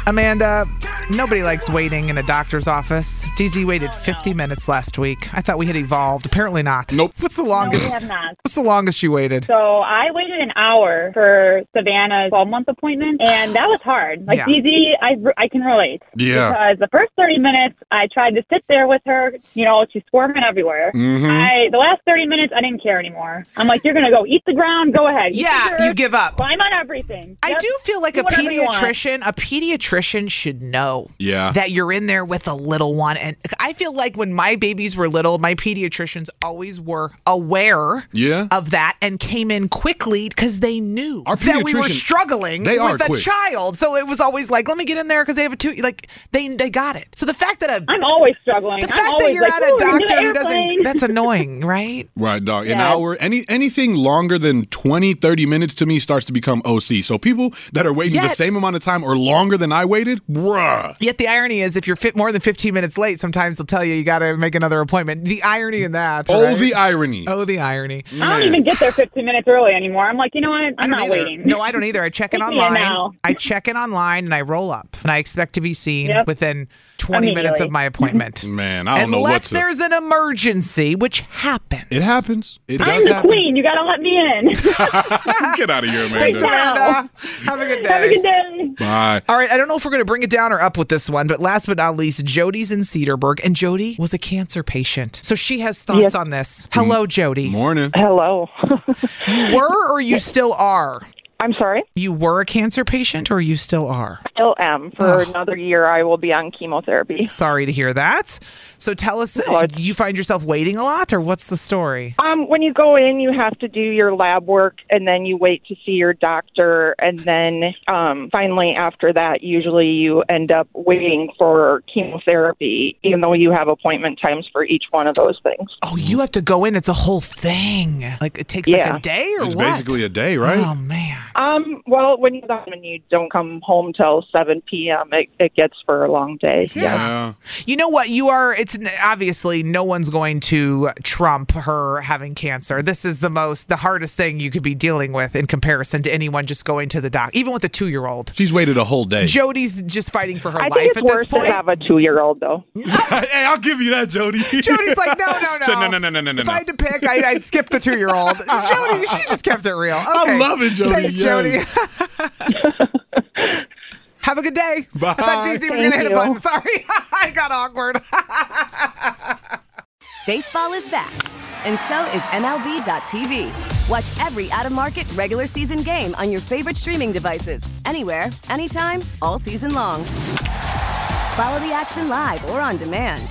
Speaker 2: Amanda, nobody likes waiting in a doctor's office. DZ waited 50 minutes last week. I thought we had evolved. Apparently not. Nope. What's the longest?
Speaker 16: have not.
Speaker 2: What's the longest you waited?
Speaker 16: So I waited an hour for Savannah's 12 month appointment, and that was hard. Like,
Speaker 2: Yeah.
Speaker 16: DZ, I, I can relate.
Speaker 2: Yeah.
Speaker 16: Because the first 30 minutes, I tried to sit there with her. You know, she's squirming everywhere.
Speaker 2: Mhm.
Speaker 16: I The last 30 minutes, I didn't care anymore. I'm like, you're going to go eat the ground, go ahead. Eat
Speaker 2: Yeah,
Speaker 16: the dirt,
Speaker 2: you give up.
Speaker 16: Climb on everything.
Speaker 2: I do feel like a pediatrician, a pediatrician should know
Speaker 4: Yeah.
Speaker 2: that you're in there with a little one. And I feel like when my babies were little, my pediatricians always were aware
Speaker 4: Yeah.
Speaker 2: of that and came in quickly because they knew that we were
Speaker 4: pediatrician-
Speaker 2: struggling
Speaker 4: they are
Speaker 2: with a
Speaker 4: quick.
Speaker 2: child. So it was always like, let me get in there because they have a two. Like they they got it. So the fact that a
Speaker 16: I'm always struggling.
Speaker 2: The
Speaker 16: I'm
Speaker 2: fact that
Speaker 16: always
Speaker 2: you're
Speaker 16: like,
Speaker 2: at
Speaker 16: "Ooh,
Speaker 2: a
Speaker 16: into the
Speaker 2: doctor who doesn't
Speaker 16: airplane."
Speaker 2: that's
Speaker 4: <laughs>
Speaker 2: annoying, right?
Speaker 4: Right, dog. An
Speaker 16: Yeah.
Speaker 4: hour, any anything longer than 20, 30 minutes to me starts to become OC. So people that are waiting the
Speaker 2: Yet-
Speaker 4: same amount of time or longer than I waited, bruh.
Speaker 2: Yet the irony is, if you're fit more than 15 minutes late, sometimes they'll tell you you got to make another appointment. The irony in that.
Speaker 4: Oh,
Speaker 2: right?
Speaker 4: the irony.
Speaker 2: Oh, the irony.
Speaker 16: I don't even get there 15 minutes early anymore. I'm like, you know what? I'm not
Speaker 2: either.
Speaker 16: waiting.
Speaker 2: No, I don't either. I check
Speaker 16: <laughs>
Speaker 2: in
Speaker 16: Take me in now.
Speaker 2: online. I check in online and I roll up, and I expect to be seen
Speaker 16: Yep.
Speaker 2: within 20 minutes
Speaker 4: Immediately.
Speaker 2: of my appointment.
Speaker 4: <laughs> Man, I don't know what
Speaker 2: Unless
Speaker 4: to.
Speaker 2: there's an emergency, which happens.
Speaker 4: It happens. It
Speaker 16: I'm
Speaker 4: does
Speaker 16: the
Speaker 4: happen.
Speaker 16: queen. You got to let me in.
Speaker 4: <laughs> Get out of here,
Speaker 2: Thanks,
Speaker 4: Amanda.
Speaker 2: Amanda. Have a good day.
Speaker 16: Have a good day.
Speaker 4: Bye.
Speaker 2: All right, I don't know if we're going to bring it down or up with this one, but last but not least, Jody's in Cedarburg, and Jody was a cancer patient. So she has thoughts
Speaker 17: Yes.
Speaker 2: on this. Hello, Jody.
Speaker 4: Morning.
Speaker 17: Hello.
Speaker 2: you were or you still are?
Speaker 17: I'm sorry?
Speaker 2: You were a cancer patient or you still are?
Speaker 17: Still am. For
Speaker 2: Ugh.
Speaker 17: another year, I will be on chemotherapy.
Speaker 2: Oh. Sorry to hear that. So tell us, uh, do you find yourself waiting a lot or what's the story?
Speaker 17: Um, when you go in, you have to do your lab work, and then you wait to see your doctor, and then um, finally after that, usually you end up waiting for chemotherapy, even though you have appointment times for each one of those things.
Speaker 2: Oh, you have to go in. It's a whole thing. Like it takes like
Speaker 17: Yeah.
Speaker 2: a day or
Speaker 4: It's
Speaker 2: what?
Speaker 4: basically a day, right?
Speaker 2: Oh, man.
Speaker 17: Um, well, when you when you don't come home till 7 p.m., it, it gets for a long day.
Speaker 2: You know what? You are, it's n- obviously no one's going to trump her having cancer. This is the most, the hardest thing you could be dealing with in comparison to anyone just going to the doc, even with a two year old.
Speaker 4: She's waited a whole day.
Speaker 2: Jody's just fighting for her
Speaker 17: I
Speaker 2: life
Speaker 17: think it's
Speaker 2: at this
Speaker 17: worse
Speaker 2: point.
Speaker 17: to have a two-year-old,
Speaker 2: <laughs>
Speaker 17: though.
Speaker 4: <laughs> hey, I'll give you that, Jody.
Speaker 2: Jody's like, no,
Speaker 4: <laughs>
Speaker 2: no, no.
Speaker 4: So, no, no, no, no, no,
Speaker 2: If
Speaker 4: no.
Speaker 2: I had to pick, I'd, I'd skip the two-year-old. Jody, she
Speaker 4: <laughs>
Speaker 2: just kept it real.
Speaker 4: I
Speaker 2: Okay.
Speaker 4: love it, Jody,
Speaker 2: Thanks,
Speaker 4: yes. <laughs>
Speaker 2: Jody. Have a good day.
Speaker 4: Bye.
Speaker 2: I thought DZ was going
Speaker 4: Thank
Speaker 2: to hit a
Speaker 4: you.
Speaker 2: button. Sorry, <laughs> I got awkward.
Speaker 18: Baseball is back, and so is MLB.tv. Watch every out of market regular season game on your favorite streaming devices, anywhere, anytime, all season long. Follow the action live or on demand.